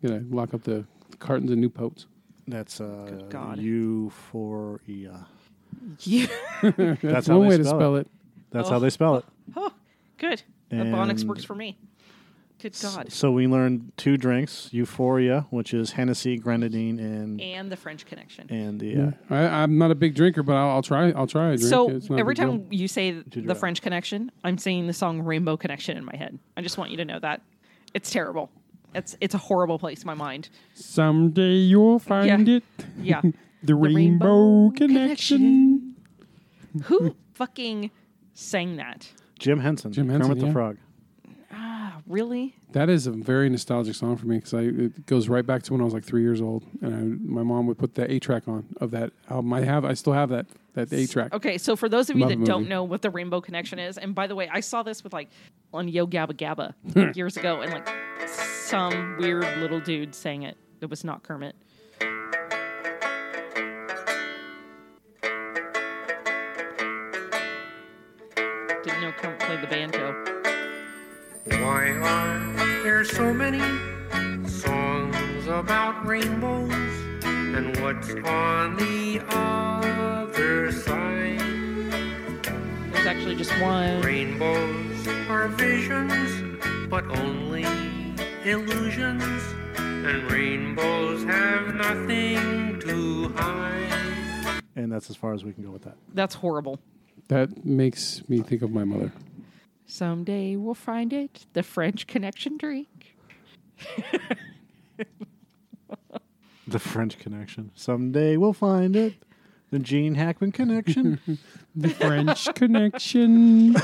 [SPEAKER 2] You know, lock up the cartons of new potes.
[SPEAKER 1] that's uh,
[SPEAKER 4] God.
[SPEAKER 1] euphoria.
[SPEAKER 4] Yeah.
[SPEAKER 1] That's how
[SPEAKER 2] One
[SPEAKER 1] they
[SPEAKER 2] way
[SPEAKER 1] spell,
[SPEAKER 2] to spell it.
[SPEAKER 1] That's
[SPEAKER 4] Oh.
[SPEAKER 1] how they spell it.
[SPEAKER 4] Oh, good. The Bonix
[SPEAKER 1] And-
[SPEAKER 4] works for me. Good God.
[SPEAKER 1] So we learned two drinks: Euphoria, which is Hennessy, grenadine, and
[SPEAKER 4] and the French connection.
[SPEAKER 1] and the uh,
[SPEAKER 2] I, I'm not a big drinker, but I'll, I'll try. I'll try. A drink.
[SPEAKER 4] so
[SPEAKER 2] It's not a
[SPEAKER 4] every
[SPEAKER 2] big deal.
[SPEAKER 4] time you say the
[SPEAKER 1] Ginger ale.
[SPEAKER 4] French connection, I'm singing the song Rainbow Connection in my head. I just want you to know that. It's terrible. It's it's a horrible place in my mind.
[SPEAKER 2] someday you'll find
[SPEAKER 4] Yeah.
[SPEAKER 2] it.
[SPEAKER 4] Yeah.
[SPEAKER 2] The,
[SPEAKER 4] Rainbow
[SPEAKER 2] Rainbow, Connection.
[SPEAKER 4] Who fucking sang that?
[SPEAKER 1] Jim Henson,
[SPEAKER 2] Jim
[SPEAKER 1] Kermit
[SPEAKER 2] Henson,
[SPEAKER 1] the
[SPEAKER 2] yeah.
[SPEAKER 1] Frog.
[SPEAKER 4] Really?
[SPEAKER 2] That is a very nostalgic song for me because it goes right back to when I was like three years old, and I, my mom would put that eight track on of that album. I have, I still have that that eight track.
[SPEAKER 4] Okay, so for those of you
[SPEAKER 2] Love
[SPEAKER 4] that
[SPEAKER 2] movie.
[SPEAKER 4] don't know what the Rainbow Connection is, and by the way, I saw this with like on Yo Gabba
[SPEAKER 2] Hmm.
[SPEAKER 4] Gabba years ago, and like some weird little dude sang it. It was not Kermit. Didn't know Kermit played the banjo.
[SPEAKER 5] Why are there so many songs about rainbows and what's on the other side?
[SPEAKER 3] There's actually just one.
[SPEAKER 5] Rainbows are visions, but only illusions, and rainbows have nothing to hide.
[SPEAKER 1] And that's as far as we can go with that.
[SPEAKER 4] That's horrible.
[SPEAKER 2] That makes me think of my mother.
[SPEAKER 3] Someday we'll find it. The French connection drink.
[SPEAKER 1] The French Connection. Someday we'll find it. The Gene Hackman connection.
[SPEAKER 2] The French Connection.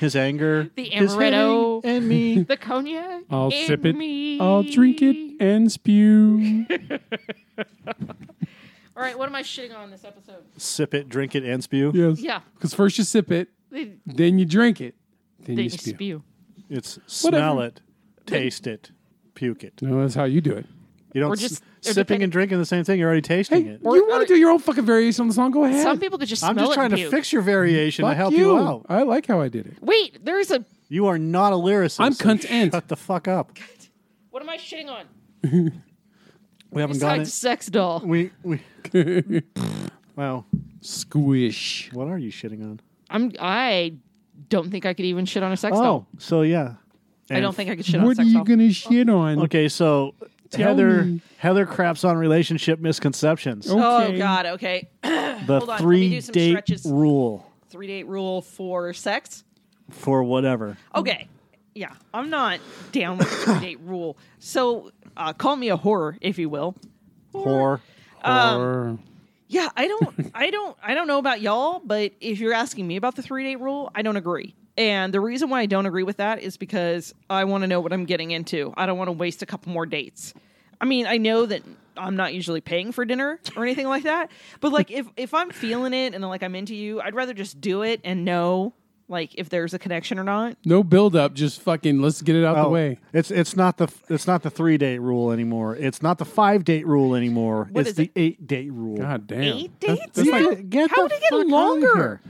[SPEAKER 1] his anger.
[SPEAKER 3] The
[SPEAKER 1] his
[SPEAKER 3] amaretto.
[SPEAKER 1] hitting, and me.
[SPEAKER 3] The cognac.
[SPEAKER 2] I'll
[SPEAKER 3] and
[SPEAKER 2] sip it.
[SPEAKER 3] Me.
[SPEAKER 2] I'll drink it and spew.
[SPEAKER 3] All right, what am I shitting on this episode?
[SPEAKER 1] Sip it, drink it, and spew.
[SPEAKER 2] yes.
[SPEAKER 3] Yeah.
[SPEAKER 2] Because first you sip it,
[SPEAKER 3] They,
[SPEAKER 2] then you drink it, then
[SPEAKER 3] they
[SPEAKER 2] you
[SPEAKER 3] spew.
[SPEAKER 2] spew.
[SPEAKER 1] It's smell it, taste it, puke it.
[SPEAKER 2] No, that's how you do it.
[SPEAKER 1] You don't
[SPEAKER 3] Or
[SPEAKER 1] just
[SPEAKER 3] just- or
[SPEAKER 1] sipping
[SPEAKER 3] depending-
[SPEAKER 1] and drinking the same thing. You're already tasting it.
[SPEAKER 2] you want to do your own fucking variation on the song? Go ahead.
[SPEAKER 3] Some people could just smell
[SPEAKER 1] I'm just
[SPEAKER 3] it
[SPEAKER 1] trying
[SPEAKER 3] and
[SPEAKER 1] to
[SPEAKER 3] puke.
[SPEAKER 1] fix your variation to
[SPEAKER 2] Fuck
[SPEAKER 1] help you. out.
[SPEAKER 2] I like how I did it.
[SPEAKER 3] Wait, there is a.
[SPEAKER 1] You are not a lyricist.
[SPEAKER 2] I'm
[SPEAKER 1] so
[SPEAKER 2] content.
[SPEAKER 1] Shut the fuck up.
[SPEAKER 3] What am I shitting on?
[SPEAKER 1] We haven't got
[SPEAKER 3] Besides
[SPEAKER 1] it.
[SPEAKER 3] sex doll.
[SPEAKER 1] We we. wow,
[SPEAKER 2] Squish.
[SPEAKER 1] what are you shitting on?
[SPEAKER 3] I'm I don't think I could even shit on a
[SPEAKER 1] Oh.
[SPEAKER 2] Oh.
[SPEAKER 3] sex doll.
[SPEAKER 1] so yeah.
[SPEAKER 4] I
[SPEAKER 1] And-
[SPEAKER 4] don't think I could shit on
[SPEAKER 2] What are
[SPEAKER 4] sex
[SPEAKER 2] you
[SPEAKER 4] doll.
[SPEAKER 2] gonna shit on?
[SPEAKER 1] Okay, so
[SPEAKER 2] Tell
[SPEAKER 1] Heather
[SPEAKER 2] me.
[SPEAKER 1] Heather craps on relationship misconceptions.
[SPEAKER 4] Oh
[SPEAKER 2] Okay.
[SPEAKER 4] God. Okay.
[SPEAKER 1] the
[SPEAKER 4] hold on, let me
[SPEAKER 1] three
[SPEAKER 4] do some
[SPEAKER 1] date
[SPEAKER 4] stretches.
[SPEAKER 1] rule
[SPEAKER 4] Three date rule for sex.
[SPEAKER 1] for whatever.
[SPEAKER 4] Okay. Yeah, I'm not down with the date rule. So uh, call me a whore, if you will.
[SPEAKER 1] Whore.
[SPEAKER 3] Um,
[SPEAKER 2] Or-
[SPEAKER 4] Yeah, I don't, I don't, I don't know about y'all, but if you're asking me about the three date rule, I don't agree. And the reason why I don't agree with that is because I want to know what I'm getting into. I don't want to waste a couple more dates. I mean, I know that I'm not usually paying for dinner or anything like that, but like if if I'm feeling it and like I'm into you, I'd rather just do it and know like if there's a connection or not.
[SPEAKER 2] no build up, just fucking let's get it out the
[SPEAKER 1] Oh,
[SPEAKER 2] way.
[SPEAKER 1] It's it's not the it's not the three date rule anymore. It's not the five date rule anymore.
[SPEAKER 4] What
[SPEAKER 1] it's
[SPEAKER 4] is
[SPEAKER 1] the
[SPEAKER 4] it?
[SPEAKER 1] eight date rule.
[SPEAKER 2] God damn.
[SPEAKER 4] Eight dates?
[SPEAKER 1] That's
[SPEAKER 4] Yeah.
[SPEAKER 1] like, get
[SPEAKER 4] How
[SPEAKER 1] the
[SPEAKER 4] did it get
[SPEAKER 1] fuck outta
[SPEAKER 4] longer?
[SPEAKER 1] here.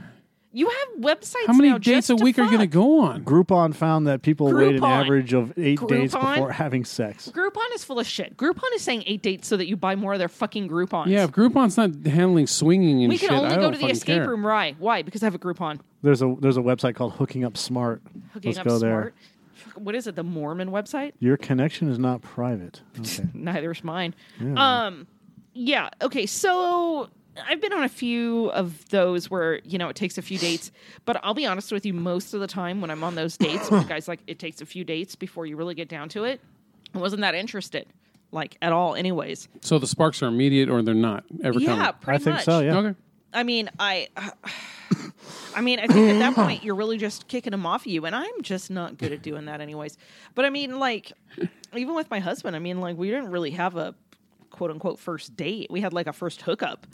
[SPEAKER 3] You have websites.
[SPEAKER 2] How many
[SPEAKER 3] now
[SPEAKER 2] dates
[SPEAKER 3] just
[SPEAKER 2] a week
[SPEAKER 3] to
[SPEAKER 2] are going to
[SPEAKER 3] fuck.
[SPEAKER 2] go on?
[SPEAKER 1] Groupon found that people wait an
[SPEAKER 3] Groupon.
[SPEAKER 1] average of eight days
[SPEAKER 3] Groupon?
[SPEAKER 1] before having sex.
[SPEAKER 3] Groupon is full of shit. Groupon is saying eight dates so that you buy more of their fucking Groupons.
[SPEAKER 2] Yeah, if Groupon's not handling swinging and
[SPEAKER 3] We
[SPEAKER 2] shit,
[SPEAKER 3] can
[SPEAKER 2] I
[SPEAKER 3] only go
[SPEAKER 2] don't
[SPEAKER 3] to the
[SPEAKER 2] fucking
[SPEAKER 3] escape
[SPEAKER 2] care.
[SPEAKER 3] room. Why? Why? Because I have a Groupon.
[SPEAKER 1] There's a there's a website called Hooking Up Smart.
[SPEAKER 3] Hooking
[SPEAKER 1] Let's
[SPEAKER 3] up
[SPEAKER 1] go there.
[SPEAKER 3] smart. What is it? The Mormon website?
[SPEAKER 1] Your connection is not private. Okay.
[SPEAKER 3] Neither's mine. Um, yeah. Okay. So I've been on a few of those where you know it takes a few dates, but I'll be honest with you, most of the time when I'm on those dates, when the guys like it takes a few dates before you really get down to it. I wasn't that interested,
[SPEAKER 4] like at all, anyways.
[SPEAKER 2] So the sparks are immediate or they're not ever
[SPEAKER 4] Yeah,
[SPEAKER 2] coming.
[SPEAKER 4] pretty
[SPEAKER 1] I think
[SPEAKER 4] much.
[SPEAKER 1] so. Yeah.
[SPEAKER 2] Okay.
[SPEAKER 4] I mean, I. I mean, I think at that point you're really just kicking them off of you, and I'm just not good at doing that, anyways. But I mean, like, even with my husband, I mean, like, we didn't really have a quote unquote first date. We had like a first hookup,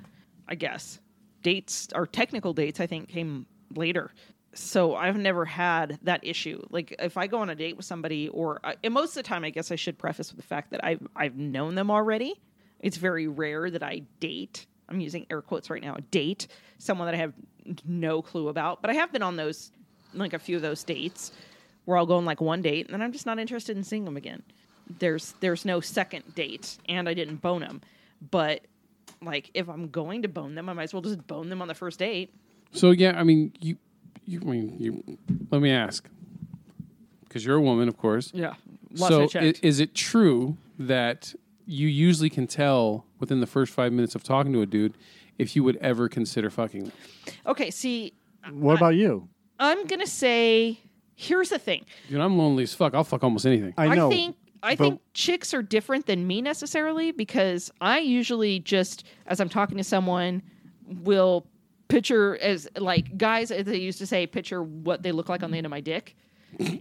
[SPEAKER 4] I guess. Dates or technical dates, I think, came later. So I've never had that issue. Like, if I go on a date with somebody, or I, and most of the time, I guess I should preface with the fact that I've I've known them already. It's very rare that I date. I'm using air quotes right now. Date someone that I have no clue about, but I have been on those like a few of those dates where I'll go on like one date and then I'm just not interested in seeing them again. There's there's no second date, and I didn't bone them. But like if I'm going to bone them, I might as well just bone them on the first date.
[SPEAKER 2] So yeah, I mean, you, you I mean you? Let me ask, because you're a woman, of course.
[SPEAKER 4] Yeah.
[SPEAKER 2] so i- is, it true that you usually can tell within the first five minutes of talking to a dude if you would ever consider fucking? them?
[SPEAKER 4] okay, see,
[SPEAKER 1] What about you?
[SPEAKER 3] I'm gonna say here's the thing.
[SPEAKER 2] Dude, I'm lonely as fuck. I'll fuck almost anything.
[SPEAKER 1] I know.
[SPEAKER 3] think I
[SPEAKER 1] but-
[SPEAKER 3] think chicks are different than me necessarily because I usually just as I'm talking to someone will picture as like guys as they used to say picture what they look like on the end of my dick.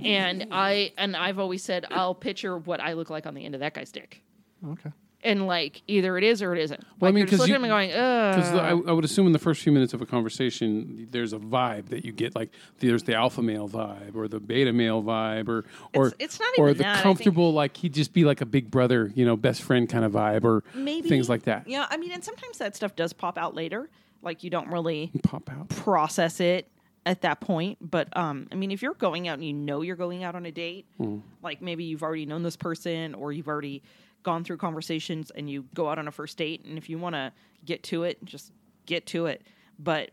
[SPEAKER 3] and I and I've always said I'll picture what I look like on the end of that guy's dick.
[SPEAKER 1] okay.
[SPEAKER 3] And like either it is or it isn't.
[SPEAKER 2] Well, I
[SPEAKER 3] Like,
[SPEAKER 2] mean,
[SPEAKER 3] you're just
[SPEAKER 2] 'cause
[SPEAKER 3] looking
[SPEAKER 2] you-
[SPEAKER 3] at him and going,
[SPEAKER 2] Because
[SPEAKER 3] Ugh.
[SPEAKER 2] I,
[SPEAKER 4] Uh.
[SPEAKER 2] I would assume in the first few minutes of a conversation, there's a vibe that you get, like there's the alpha male vibe or the beta male vibe, or or
[SPEAKER 4] It's- it's not
[SPEAKER 2] or
[SPEAKER 4] even
[SPEAKER 2] the
[SPEAKER 4] that, I think-
[SPEAKER 2] comfortable, like he'd just be like a big brother, you know, best friend kind of vibe, or
[SPEAKER 4] maybe
[SPEAKER 2] things like that.
[SPEAKER 4] Yeah, I mean, and sometimes that stuff does pop out later. Like you don't really
[SPEAKER 2] Pop out.
[SPEAKER 4] process it at that point. But um, I mean, if you're going out and you know you're going out on a date,
[SPEAKER 1] Hmm.
[SPEAKER 4] like maybe you've already known this person or you've already gone through conversations and you go out on a first date, and if you want to get to it, just get to it. But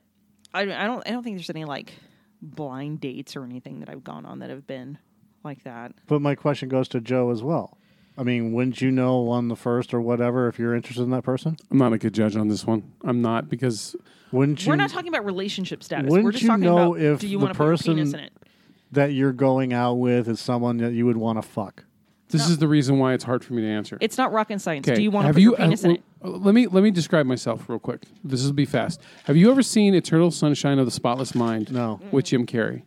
[SPEAKER 4] I, I don't, I don't think there's any like blind dates or anything that I've gone on that have been like that.
[SPEAKER 1] But my question goes to Joe as well. I mean, wouldn't you know on the first or whatever if you're interested in that person?
[SPEAKER 2] I'm not a good judge on this one. I'm not because
[SPEAKER 1] Wouldn't you
[SPEAKER 4] We're not talking about relationship status. We're
[SPEAKER 1] Wouldn't
[SPEAKER 4] just
[SPEAKER 1] you
[SPEAKER 4] talking
[SPEAKER 1] know
[SPEAKER 4] about
[SPEAKER 1] if
[SPEAKER 4] do you
[SPEAKER 1] the
[SPEAKER 4] want to put your penis
[SPEAKER 1] person-
[SPEAKER 4] in it?
[SPEAKER 1] that you're going out with is someone that you would want to fuck?
[SPEAKER 2] this is the reason why it's hard for me to answer.
[SPEAKER 4] It's not rocket science.
[SPEAKER 2] Okay,
[SPEAKER 4] Do you want to
[SPEAKER 2] have
[SPEAKER 4] put your penis
[SPEAKER 2] uh,
[SPEAKER 4] in it?
[SPEAKER 2] well, Let me let me describe myself real quick. This will be fast. Have you ever seen Eternal Sunshine of the Spotless Mind?
[SPEAKER 1] No.
[SPEAKER 2] With Jim Carrey.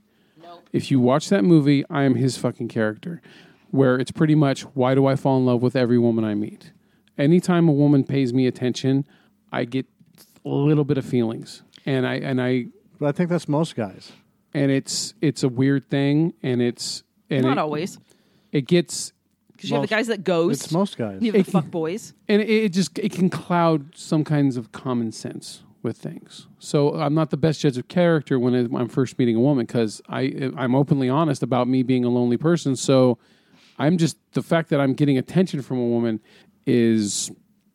[SPEAKER 2] If you watch that movie, I am his fucking character. Where it's pretty much why do I fall in love with every woman I meet? Anytime a woman pays me attention, I get a little bit of feelings, and I and I
[SPEAKER 1] But I think that's most guys.
[SPEAKER 2] and it's it's a weird thing, and it's and
[SPEAKER 4] Not
[SPEAKER 2] it,
[SPEAKER 4] always.
[SPEAKER 2] it gets
[SPEAKER 4] Because you have the guys that ghost.
[SPEAKER 1] It's most guys.
[SPEAKER 4] You have the fuck boys.
[SPEAKER 2] and it, it just it can cloud some kinds of common sense with things. So I'm not the best judge of character when I- I'm first meeting a woman because I I'm openly honest about me being a lonely person. So I'm just the fact that I'm getting attention from a woman is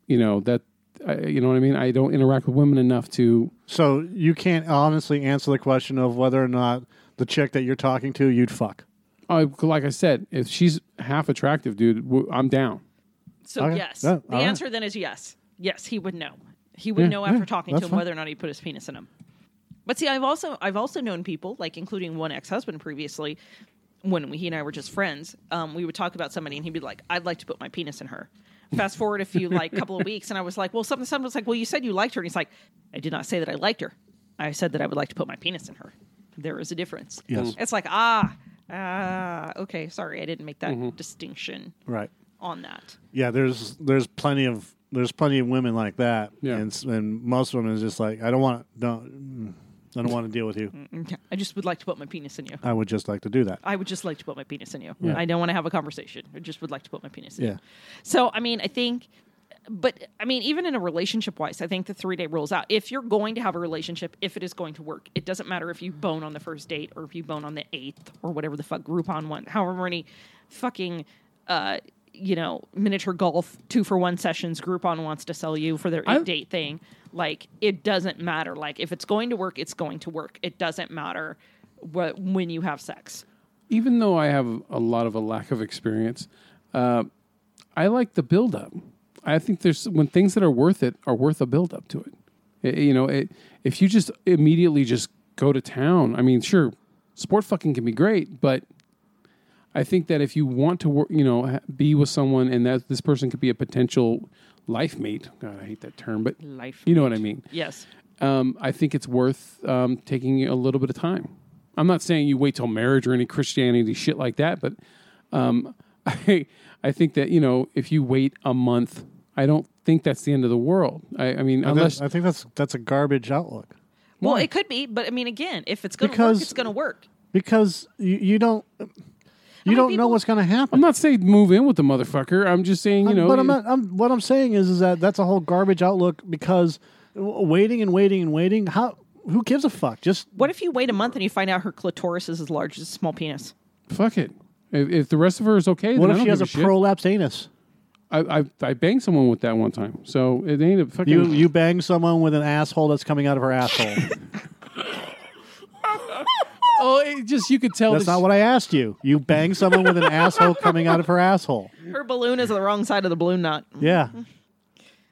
[SPEAKER 2] you know that I, you know what I mean. I don't interact with women enough to
[SPEAKER 1] So you can't honestly answer the question of whether or not the chick that you're talking to you'd fuck.
[SPEAKER 2] I like I said if she's half attractive, dude, w- I'm down.
[SPEAKER 4] So
[SPEAKER 1] Okay.
[SPEAKER 4] yes,
[SPEAKER 1] Yeah,
[SPEAKER 4] the
[SPEAKER 1] all right.
[SPEAKER 4] answer then is yes. Yes, he would know. He would know after talking to
[SPEAKER 1] that's
[SPEAKER 4] him
[SPEAKER 1] fine.
[SPEAKER 4] whether or not he put his penis in him. But see, I've also I've also known people like including one ex husband previously. When we, he and I were just friends, um, we would talk about somebody, and he'd be like, "I'd like to put my penis in her." Fast forward a few like couple of weeks, and I was like, "Well, something." Someone was like, "Well, you said you liked her," and he's like, "I did not say that I liked her. I said that I would like to put my penis in her." There is a difference.
[SPEAKER 1] Yes.
[SPEAKER 4] it's like ah ah okay, sorry, I didn't make that
[SPEAKER 1] Mm-hmm.
[SPEAKER 4] distinction
[SPEAKER 1] Right.
[SPEAKER 4] on that.
[SPEAKER 1] Yeah, there's there's plenty of there's plenty of women like that.
[SPEAKER 2] Yeah.
[SPEAKER 1] And s- and most women is just like I don't want don't mm, I don't want to deal with you.
[SPEAKER 4] Okay. I just would like to put my penis in you.
[SPEAKER 1] I would just like to do that.
[SPEAKER 4] I would just like to put my penis in you. I don't want to have a conversation. I just would like to put my penis in
[SPEAKER 1] Yeah.
[SPEAKER 4] you. So, I mean, I think but I mean, even in a relationship wise, I think the three day rules out. If you're going to have a relationship, if it is going to work, it doesn't matter if you bone on the first date or if you bone on the eighth or whatever the fuck Groupon one, however many fucking, uh, you know, miniature golf two for one sessions Groupon wants to sell you for their
[SPEAKER 2] I-
[SPEAKER 4] eight date thing. Like, it doesn't matter. Like, if it's going to work, it's going to work. It doesn't matter what when you have sex.
[SPEAKER 2] even though I have a lot of a lack of experience, uh, I like the buildup. I think there's when things that are worth it are worth a buildup to it. It- You know, it, if you just immediately just go to town, I mean, sure, sport fucking can be great, but I think that if you want to, work, you know, ha- be with someone and that this person could be a potential life mate. God, I hate that term, but
[SPEAKER 4] Life
[SPEAKER 2] you know what I mean
[SPEAKER 4] Yes.
[SPEAKER 2] um, I think it's worth um, taking a little bit of time. I'm not saying you wait till marriage or any Christianity shit like that, but um, I I think that you know if you wait a month, I don't think that's the end of the world. I, I mean,
[SPEAKER 1] I think-
[SPEAKER 2] unless
[SPEAKER 1] I think that's that's a garbage outlook
[SPEAKER 4] Well,
[SPEAKER 2] Why?
[SPEAKER 4] it could be, but I mean, again, if it's going to work,
[SPEAKER 1] Because-
[SPEAKER 4] it's going to work.
[SPEAKER 1] because you, you don't you don't know
[SPEAKER 4] people-
[SPEAKER 1] what's going to happen.
[SPEAKER 2] I'm not saying move in with the motherfucker. I'm just saying you know.
[SPEAKER 1] but I'm not, I'm, what I'm saying is, is that that's a whole garbage outlook because w- waiting and waiting and waiting. How who gives a fuck? Just
[SPEAKER 4] What if you wait a month and you find out her clitoris is as large as a small penis?
[SPEAKER 2] fuck it. If, if the rest of her is okay, then
[SPEAKER 1] what
[SPEAKER 2] I
[SPEAKER 1] if
[SPEAKER 2] don't
[SPEAKER 1] she has
[SPEAKER 2] give
[SPEAKER 1] a
[SPEAKER 2] a shit.
[SPEAKER 1] prolapsed anus?
[SPEAKER 2] I, I I banged someone with that one time, so it ain't a fucking.
[SPEAKER 1] You you bang someone with an asshole that's coming out of her asshole.
[SPEAKER 2] oh, it just you could tell.
[SPEAKER 1] that's
[SPEAKER 2] that
[SPEAKER 1] not
[SPEAKER 2] she-
[SPEAKER 1] what I asked you. You bang someone with an asshole coming out of her asshole.
[SPEAKER 4] Her balloon is on the wrong side of the balloon knot.
[SPEAKER 1] Yeah,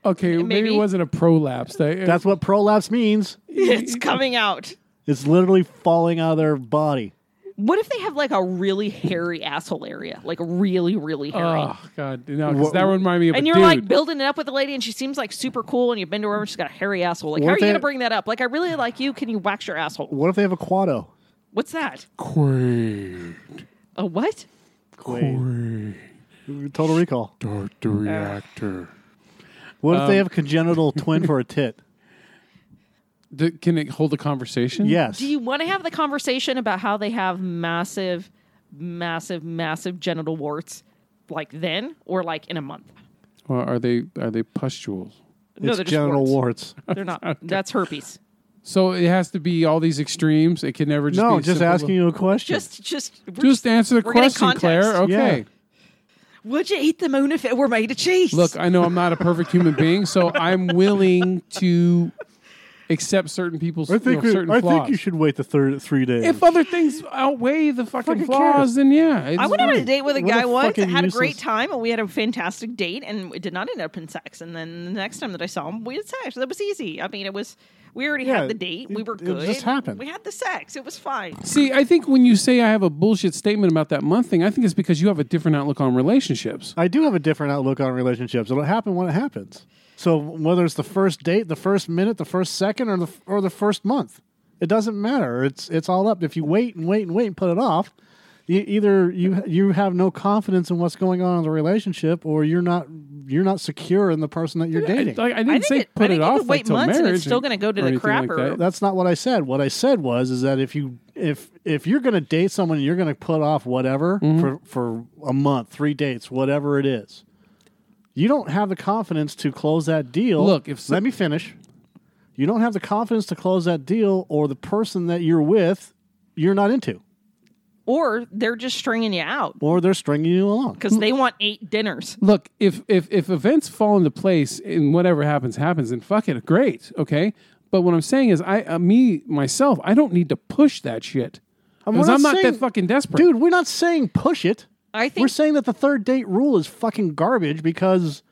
[SPEAKER 2] Okay, maybe. it
[SPEAKER 4] maybe.
[SPEAKER 2] wasn't a prolapse. That-
[SPEAKER 1] that's what prolapse means.
[SPEAKER 4] It's coming out.
[SPEAKER 1] It's literally falling out of their body.
[SPEAKER 4] What if they have like a really hairy asshole area? Like really, really hairy.
[SPEAKER 2] Oh God, no! Because
[SPEAKER 1] What-
[SPEAKER 2] that reminded me of
[SPEAKER 4] and
[SPEAKER 2] a
[SPEAKER 4] you're
[SPEAKER 2] dude.
[SPEAKER 4] like building it up with the lady and she seems like super cool and you bend over and she's got a hairy asshole. Like,
[SPEAKER 1] What
[SPEAKER 4] how are
[SPEAKER 1] if
[SPEAKER 4] you
[SPEAKER 1] they-
[SPEAKER 4] gonna bring that up? Like, I really like you. Can you wax your asshole?
[SPEAKER 1] What if they have a quado?
[SPEAKER 4] What's that?
[SPEAKER 2] Quaid,
[SPEAKER 4] A what?
[SPEAKER 2] Quaid,
[SPEAKER 1] Total Recall.
[SPEAKER 2] start the reactor.
[SPEAKER 1] What
[SPEAKER 2] Um,
[SPEAKER 1] if they have a congenital twin for a tit?
[SPEAKER 2] D- can it hold a conversation?
[SPEAKER 1] Yes.
[SPEAKER 4] Do you want to have the conversation about how they have massive, massive, massive genital warts, like then or like in a month?
[SPEAKER 2] Or are they are they pustules?
[SPEAKER 1] it's
[SPEAKER 4] No, they're just
[SPEAKER 1] genital
[SPEAKER 4] warts.
[SPEAKER 1] warts.
[SPEAKER 4] They're not. That's herpes.
[SPEAKER 2] So it has to be all these extremes. It can never just be
[SPEAKER 1] No,
[SPEAKER 2] a
[SPEAKER 1] just
[SPEAKER 2] simple-
[SPEAKER 1] asking you a question.
[SPEAKER 4] Just, just, we're
[SPEAKER 2] Just answer the
[SPEAKER 4] we're getting
[SPEAKER 2] question, Claire.
[SPEAKER 4] context.
[SPEAKER 2] Okay.
[SPEAKER 4] Would you eat the moon if it were made of cheese?
[SPEAKER 2] Look, I know I'm not a perfect human being, so I'm willing to accept certain people's
[SPEAKER 1] I think
[SPEAKER 2] you know,
[SPEAKER 1] we-
[SPEAKER 2] certain
[SPEAKER 1] I
[SPEAKER 2] flaws.
[SPEAKER 1] think you should wait the third three days.
[SPEAKER 2] If other things outweigh the fucking,
[SPEAKER 1] Fucking
[SPEAKER 2] flaws,
[SPEAKER 1] cares?
[SPEAKER 2] then yeah, it's
[SPEAKER 4] I went on a
[SPEAKER 2] fine.
[SPEAKER 4] date with a
[SPEAKER 1] What a
[SPEAKER 4] guy once and
[SPEAKER 1] fucking
[SPEAKER 4] had a great
[SPEAKER 1] useless-
[SPEAKER 4] time, and we had a fantastic date, and it did not end up in sex. And then the next time that I saw him, we had sex. That was easy. I mean, it was. We already
[SPEAKER 1] Yeah,
[SPEAKER 4] had the date. We
[SPEAKER 1] it-
[SPEAKER 4] were
[SPEAKER 1] it
[SPEAKER 4] good.
[SPEAKER 1] just happened.
[SPEAKER 4] We had the sex. It was fine.
[SPEAKER 2] See, I think when you say I have a bullshit statement about that month thing, I think it's because you have a different outlook on relationships.
[SPEAKER 1] I do have a different outlook on relationships. It'll happen when it happens. So whether it's the first date, the first minute, the first second, or the or the first month, it doesn't matter. It's it's all up. If you wait and wait and wait and put it off, you, either you you have no confidence in what's going on in the relationship, or you're not you're not secure in the person that you're dating.
[SPEAKER 2] I, I didn't
[SPEAKER 4] I think
[SPEAKER 2] say
[SPEAKER 4] it- I
[SPEAKER 2] put
[SPEAKER 4] think
[SPEAKER 2] it
[SPEAKER 4] you
[SPEAKER 2] off
[SPEAKER 4] could
[SPEAKER 2] like,
[SPEAKER 4] wait
[SPEAKER 2] till
[SPEAKER 4] months and it's
[SPEAKER 2] marriage
[SPEAKER 4] still
[SPEAKER 2] or-
[SPEAKER 4] gonna go to
[SPEAKER 2] or
[SPEAKER 4] the
[SPEAKER 2] anything
[SPEAKER 4] crap
[SPEAKER 2] like
[SPEAKER 4] or-
[SPEAKER 2] that.
[SPEAKER 1] That's not what I said. What I said was is that if you if if you're going to date someone, you're going to put off whatever
[SPEAKER 2] Mm-hmm.
[SPEAKER 1] for for a month, three dates, whatever it is. You don't have the confidence to close that deal.
[SPEAKER 2] Look, if so-
[SPEAKER 1] let me finish. You don't have the confidence to close that deal, or the person that you're with, you're not into,
[SPEAKER 4] Or they're just stringing you out
[SPEAKER 1] or they're stringing you along.
[SPEAKER 4] because they want eight dinners.
[SPEAKER 2] Look, if, if if events fall into place and whatever happens happens, then fuck it, great, okay. But what I'm saying is, I uh, me myself, I don't need to push that shit
[SPEAKER 1] I'm
[SPEAKER 2] because
[SPEAKER 1] not
[SPEAKER 2] I'm not
[SPEAKER 1] saying-
[SPEAKER 2] that fucking desperate,
[SPEAKER 1] Dude, we're not saying push it.
[SPEAKER 4] I think
[SPEAKER 1] We're saying that the third date rule is fucking garbage because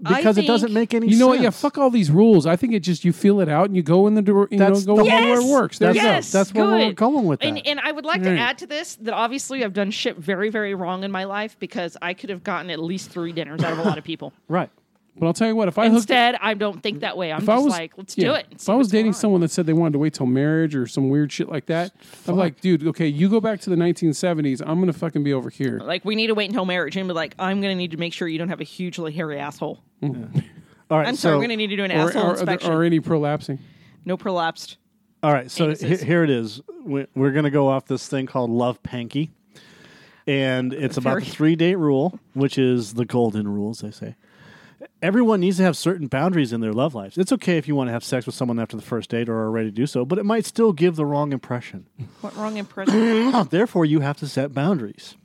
[SPEAKER 1] because it
[SPEAKER 4] think-
[SPEAKER 1] doesn't make any
[SPEAKER 2] You know
[SPEAKER 1] sense.
[SPEAKER 2] what? Yeah, fuck all these rules. I think it just you feel it out and you go in the door. You
[SPEAKER 1] That's
[SPEAKER 2] know,
[SPEAKER 1] the
[SPEAKER 2] go where it
[SPEAKER 4] Yes!
[SPEAKER 2] works. There you go.
[SPEAKER 4] Yes,
[SPEAKER 1] That's where we're
[SPEAKER 4] good.
[SPEAKER 1] going with that.
[SPEAKER 3] And, and I would like to
[SPEAKER 2] Right.
[SPEAKER 3] add to this that obviously I've done shit very, very wrong in my life because I could have gotten at least three dinners out of a lot of people.
[SPEAKER 1] right.
[SPEAKER 2] But I'll tell you what, if I hooked
[SPEAKER 3] Instead, I don't think that way. I'm
[SPEAKER 2] If I
[SPEAKER 3] just
[SPEAKER 2] was
[SPEAKER 3] like, let's
[SPEAKER 2] yeah,
[SPEAKER 3] do it. and
[SPEAKER 2] If
[SPEAKER 3] see
[SPEAKER 2] I was
[SPEAKER 3] what's going
[SPEAKER 2] dating
[SPEAKER 3] on.
[SPEAKER 2] someone that said they wanted to wait till marriage or some weird shit like that, I'm like, dude, okay, you go back to the 1970s. I'm gonna fucking be over here.
[SPEAKER 3] Uh,
[SPEAKER 4] like we need to wait until marriage and be like, I'm gonna need to make sure you don't have a hugely hairy asshole.
[SPEAKER 1] All right,
[SPEAKER 4] I'm
[SPEAKER 1] so
[SPEAKER 4] sorry, we're gonna need to do an
[SPEAKER 2] Or,
[SPEAKER 4] asshole
[SPEAKER 2] or,
[SPEAKER 4] inspection.
[SPEAKER 2] or any prolapsing.
[SPEAKER 4] no prolapsed.
[SPEAKER 1] all right, so he-
[SPEAKER 4] anuses.
[SPEAKER 1] here it is. We- We're going to go off this thing called love panky, and it's about
[SPEAKER 4] Very-
[SPEAKER 1] the three date rule, which is the golden rule, as they say. everyone needs to have certain boundaries in their love lives. It's okay if you want to have sex with someone after the first date or are ready to do so, but it might still give the wrong impression.
[SPEAKER 4] What wrong impression?
[SPEAKER 1] Therefore, you have to set boundaries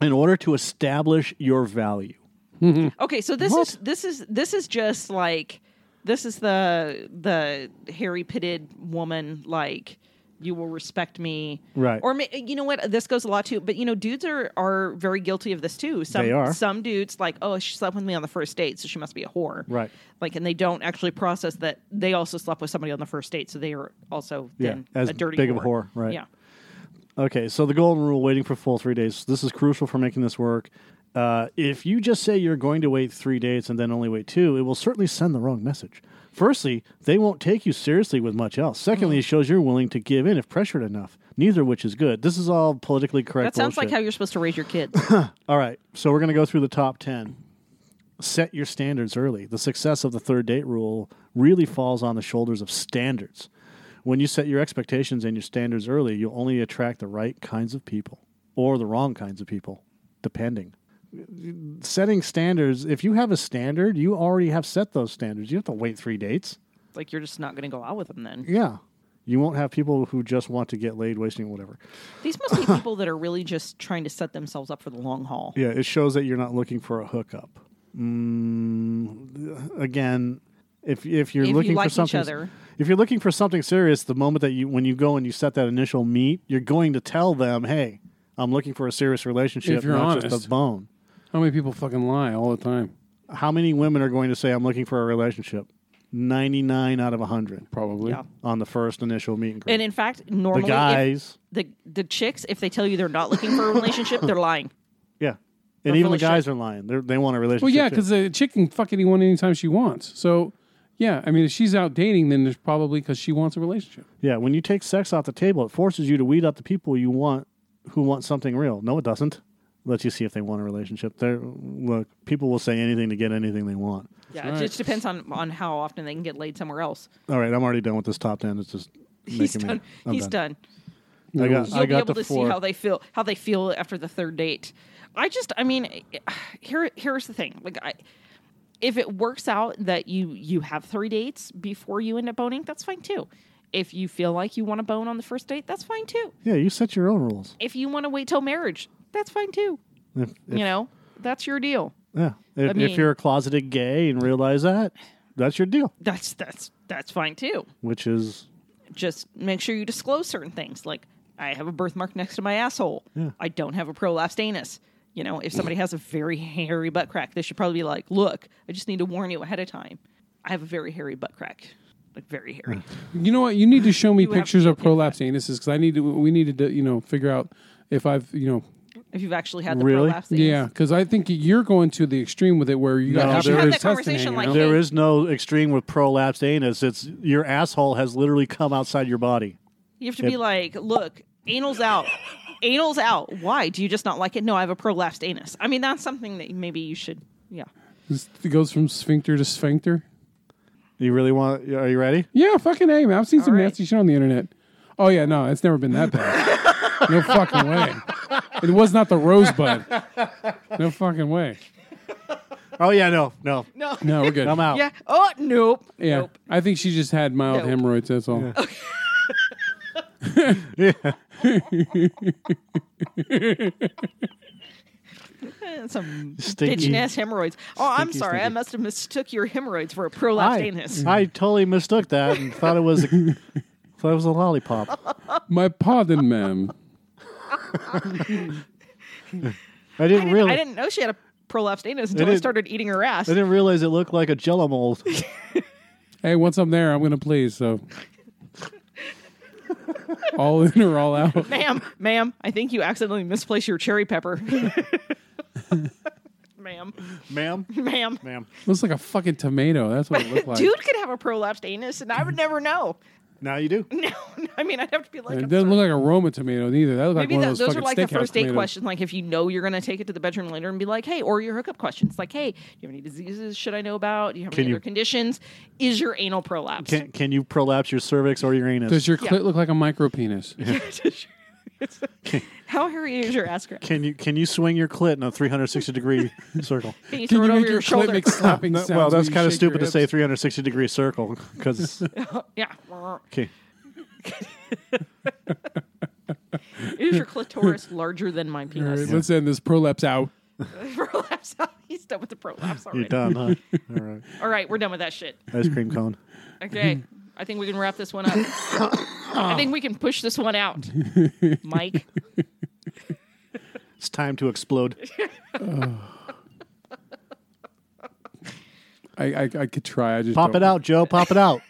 [SPEAKER 1] in order to establish your value.
[SPEAKER 4] okay, so this
[SPEAKER 1] What?
[SPEAKER 4] is this is this is just like this is the the hairy pitted woman like you will respect me
[SPEAKER 1] Right.
[SPEAKER 4] or ma- you know what this goes a lot too but you know dudes are are very guilty of this too some
[SPEAKER 1] They are.
[SPEAKER 4] some dudes like oh she slept with me on the first date so she must be a whore
[SPEAKER 1] Right.
[SPEAKER 4] like and they don't actually process that they also slept with somebody on the first date so they are also
[SPEAKER 1] Yeah,
[SPEAKER 4] then
[SPEAKER 1] as
[SPEAKER 4] a dirty
[SPEAKER 1] big of a whore, right.
[SPEAKER 4] yeah
[SPEAKER 1] Okay, so the golden rule waiting for full three days. This is crucial for making this work. Uh, if you just say you're going to wait three dates and then only wait two, it will certainly send the wrong message. Firstly, they won't take you seriously with much else.
[SPEAKER 4] Hmm.
[SPEAKER 1] Secondly, it shows you're willing to give in if pressured enough, neither of which is good. This is all politically correct.
[SPEAKER 4] that sounds like
[SPEAKER 1] bullshit.
[SPEAKER 4] how you're supposed to raise your kids
[SPEAKER 1] All right, so we're going to go through the top 10. Set your standards early. The success of the third date rule really falls on the shoulders of standards. When you set your expectations and your standards early, you'll only attract the right kinds of people or the wrong kinds of people, depending. Setting standards, if you have a standard, you already have set those standards. You don't have to wait three dates.
[SPEAKER 4] like you're just not going to go out with them then
[SPEAKER 1] Yeah. You won't have people who just want to get laid, wasting whatever.
[SPEAKER 4] These must be people that are really just trying to set themselves up for the long haul.
[SPEAKER 1] Yeah, it shows that you're not looking for a hookup. Mm, again, if if you're
[SPEAKER 4] If you
[SPEAKER 1] looking
[SPEAKER 4] like
[SPEAKER 1] for
[SPEAKER 4] each
[SPEAKER 1] something,
[SPEAKER 4] other.
[SPEAKER 1] if you're looking for something serious, the moment that you when you go and you set that initial meet, you're going to tell them, "Hey, I'm looking for a serious relationship,
[SPEAKER 2] If you're
[SPEAKER 1] not just
[SPEAKER 2] honest.
[SPEAKER 1] a bone."
[SPEAKER 2] How many people fucking lie all the time?
[SPEAKER 1] How many women are going to say, "I'm looking for a relationship"? Ninety nine out of hundred
[SPEAKER 2] Probably.
[SPEAKER 4] Yeah.
[SPEAKER 1] on the first initial meet and greet.
[SPEAKER 4] And in fact, normally
[SPEAKER 1] the
[SPEAKER 4] if-
[SPEAKER 1] guys,
[SPEAKER 4] the the chicks, if they tell you they're not looking for a relationship, they're lying.
[SPEAKER 1] yeah, and even
[SPEAKER 4] full
[SPEAKER 1] the
[SPEAKER 4] of shit.
[SPEAKER 1] guys are lying. They're, they want a relationship.
[SPEAKER 2] Well, yeah,
[SPEAKER 1] too.
[SPEAKER 2] because the chick can fuck anyone anytime she wants. So, yeah, I mean, if she's out dating, then there's probably because she wants a relationship.
[SPEAKER 1] Yeah, when you take sex off the table, it forces you to weed out the people you want who want something real. No, it doesn't. Let you see if they want a relationship. There, look, people will say anything to get anything they want.
[SPEAKER 4] Yeah, it just depends on on how often they can get laid somewhere else.
[SPEAKER 1] All right, I'm already done with this top ten. It's just
[SPEAKER 4] He's
[SPEAKER 1] making
[SPEAKER 4] done.
[SPEAKER 1] Me, I'm
[SPEAKER 4] He's done.
[SPEAKER 1] I got,
[SPEAKER 4] You'll
[SPEAKER 1] I
[SPEAKER 4] be
[SPEAKER 1] got
[SPEAKER 4] able
[SPEAKER 1] the
[SPEAKER 4] to
[SPEAKER 1] four.
[SPEAKER 4] see how they feel how they feel after the third date. I just, I mean, here here's the thing. Like, I if it works out that you you have three dates before you end up boning, that's fine too. If you feel like you want to bone on the first date, that's fine too.
[SPEAKER 1] yeah, you set your own rules.
[SPEAKER 4] if you want to wait till marriage, that's fine too.
[SPEAKER 1] If, if-
[SPEAKER 3] you know,
[SPEAKER 4] That's your deal.
[SPEAKER 1] yeah, if, if
[SPEAKER 3] mean-
[SPEAKER 1] you're a closeted gay and realize that, that's your deal.
[SPEAKER 4] That's that's that's fine too.
[SPEAKER 1] Which is
[SPEAKER 4] Just make sure you disclose certain things like I have a birthmark next to my asshole. I don't have a prolapsed anus. You know, if somebody has a very hairy butt crack, they should probably be like, "Look, I just need to warn you ahead of time. I have a very hairy butt crack." Like very hairy.
[SPEAKER 2] You know what? You need to show me
[SPEAKER 4] have
[SPEAKER 2] pictures
[SPEAKER 4] to
[SPEAKER 2] of prolapsed anuses because I need to. We needed to, you know, figure out if I've, you know,
[SPEAKER 4] If you've actually had the
[SPEAKER 1] Really?
[SPEAKER 4] prolapsed anus.
[SPEAKER 2] yeah, because I think you're going to the extreme with it where you
[SPEAKER 1] No,
[SPEAKER 2] got
[SPEAKER 1] You should have
[SPEAKER 2] your
[SPEAKER 1] that
[SPEAKER 2] intestine
[SPEAKER 4] conversation
[SPEAKER 2] hanging
[SPEAKER 4] like-
[SPEAKER 2] out.
[SPEAKER 1] there
[SPEAKER 4] Okay.
[SPEAKER 1] is no extreme with prolapsed anus. It's your asshole has literally come outside your body.
[SPEAKER 4] You have to be like, "Look, anal's out. anal's out. Why? Do you just not like it? No, I have a prolapsed anus." I mean, that's something that maybe you should yeah.
[SPEAKER 2] This- It goes from sphincter to sphincter.
[SPEAKER 1] You really want? Are you ready?
[SPEAKER 2] Yeah, fucking a man. I've seen some
[SPEAKER 4] right.
[SPEAKER 2] nasty shit on the internet. Oh yeah, no, it's never been that bad. no fucking way. It was not the rosebud. No fucking way.
[SPEAKER 1] Oh yeah, no, no,
[SPEAKER 2] No, we're good.
[SPEAKER 1] I'm out.
[SPEAKER 4] Yeah. Oh, nope.
[SPEAKER 2] Yeah,
[SPEAKER 4] Nope.
[SPEAKER 2] I think she just had mild
[SPEAKER 4] Nope.
[SPEAKER 2] hemorrhoids. That's all.
[SPEAKER 4] Eh, Some
[SPEAKER 1] Stinky.
[SPEAKER 4] bitchin' ass hemorrhoids. Oh, I'm
[SPEAKER 1] Stinky,
[SPEAKER 4] sorry. I
[SPEAKER 1] stinky.
[SPEAKER 4] must have mistook your hemorrhoids for a prolapsed
[SPEAKER 1] I,
[SPEAKER 4] anus.
[SPEAKER 1] I totally mistook that and thought it was a, thought it was a lollipop.
[SPEAKER 2] My pardon, ma'am.
[SPEAKER 1] I
[SPEAKER 4] I
[SPEAKER 1] didn't,
[SPEAKER 4] didn't,
[SPEAKER 1] realize
[SPEAKER 4] I didn't know she had a prolapsed anus until I,
[SPEAKER 1] didn't-
[SPEAKER 4] started eating her ass.
[SPEAKER 1] I didn't realize it looked like a jello mold.
[SPEAKER 2] Hey, once I'm there, I'm gonna please. So, all in or all out.
[SPEAKER 4] Ma'am, ma'am, I think you accidentally misplaced your cherry pepper. ma'am,
[SPEAKER 1] ma'am,
[SPEAKER 4] ma'am.
[SPEAKER 1] ma'am.
[SPEAKER 2] Looks like a fucking tomato. That's what it looked like.
[SPEAKER 4] Dude could have a prolapsed anus and I would never know.
[SPEAKER 1] Now you do.
[SPEAKER 4] No, I mean, I'd have to be like,
[SPEAKER 2] It
[SPEAKER 4] I'm
[SPEAKER 2] doesn't
[SPEAKER 4] sorry.
[SPEAKER 2] look like a Roma tomato either. That looked like
[SPEAKER 4] Maybe
[SPEAKER 2] one
[SPEAKER 4] tho-
[SPEAKER 2] of
[SPEAKER 4] those,
[SPEAKER 2] those,
[SPEAKER 4] are
[SPEAKER 2] fucking
[SPEAKER 4] like the
[SPEAKER 2] steakhouse
[SPEAKER 4] first date
[SPEAKER 2] tomatoes.
[SPEAKER 4] questions, like if you know you're going to take it to the bedroom later and be like, hey, or your hookup questions, like, hey, do you have any diseases should I know about? Do you have
[SPEAKER 1] Can
[SPEAKER 4] any
[SPEAKER 1] you-
[SPEAKER 4] other conditions? Is your anal prolapsed?
[SPEAKER 1] Can, can you prolapse your cervix or your anus?
[SPEAKER 2] Does your
[SPEAKER 4] Yeah.
[SPEAKER 2] clit look like a micro penis?
[SPEAKER 3] How hairy is your ass crack?
[SPEAKER 1] Can you can you swing your clit in a 360 degree circle?
[SPEAKER 3] Can you
[SPEAKER 2] Can
[SPEAKER 3] throw
[SPEAKER 2] you make
[SPEAKER 3] it over
[SPEAKER 2] your,
[SPEAKER 3] your
[SPEAKER 2] clit
[SPEAKER 3] shoulder?
[SPEAKER 2] make slapping
[SPEAKER 1] No,
[SPEAKER 2] sounds
[SPEAKER 1] well,
[SPEAKER 2] when
[SPEAKER 1] that's
[SPEAKER 2] you
[SPEAKER 1] kind of
[SPEAKER 2] shake your
[SPEAKER 1] stupid to say
[SPEAKER 2] hips?
[SPEAKER 1] 360 degree circle because
[SPEAKER 3] yeah.
[SPEAKER 1] okay,
[SPEAKER 3] Is your clitoris larger than my
[SPEAKER 2] All right,
[SPEAKER 3] penis?
[SPEAKER 2] let's end this prolapse out.
[SPEAKER 3] prolapse. He's done with the prolapse already.
[SPEAKER 1] you're done. Huh? All right,
[SPEAKER 3] All right, we're done with that shit.
[SPEAKER 1] ice cream cone.
[SPEAKER 3] Okay. I think we can wrap this one up. I think we can push this one out. Mike.
[SPEAKER 1] It's time to explode.
[SPEAKER 2] I, I I could try. I just
[SPEAKER 1] Pop
[SPEAKER 2] don't-
[SPEAKER 1] it out, Joe. Pop it out.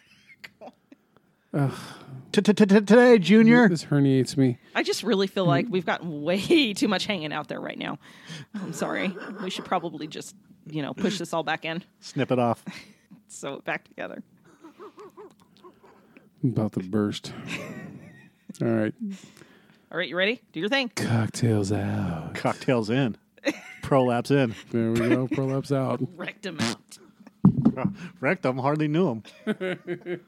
[SPEAKER 1] Today, Junior.
[SPEAKER 2] This herniates me.
[SPEAKER 4] I just really feel like we've gotten way too much hanging out there right now. I'm sorry. We should probably just, you know, push this all back in,
[SPEAKER 1] Snip it off.
[SPEAKER 4] sew it back together.
[SPEAKER 2] I'm about to burst. All right,
[SPEAKER 4] All right, you ready? Do your thing.
[SPEAKER 2] cocktails out.
[SPEAKER 1] Cocktails in. Prolapse in.
[SPEAKER 2] There we go. Prolapse out.
[SPEAKER 4] Rectum out.
[SPEAKER 1] Rectum hardly knew him.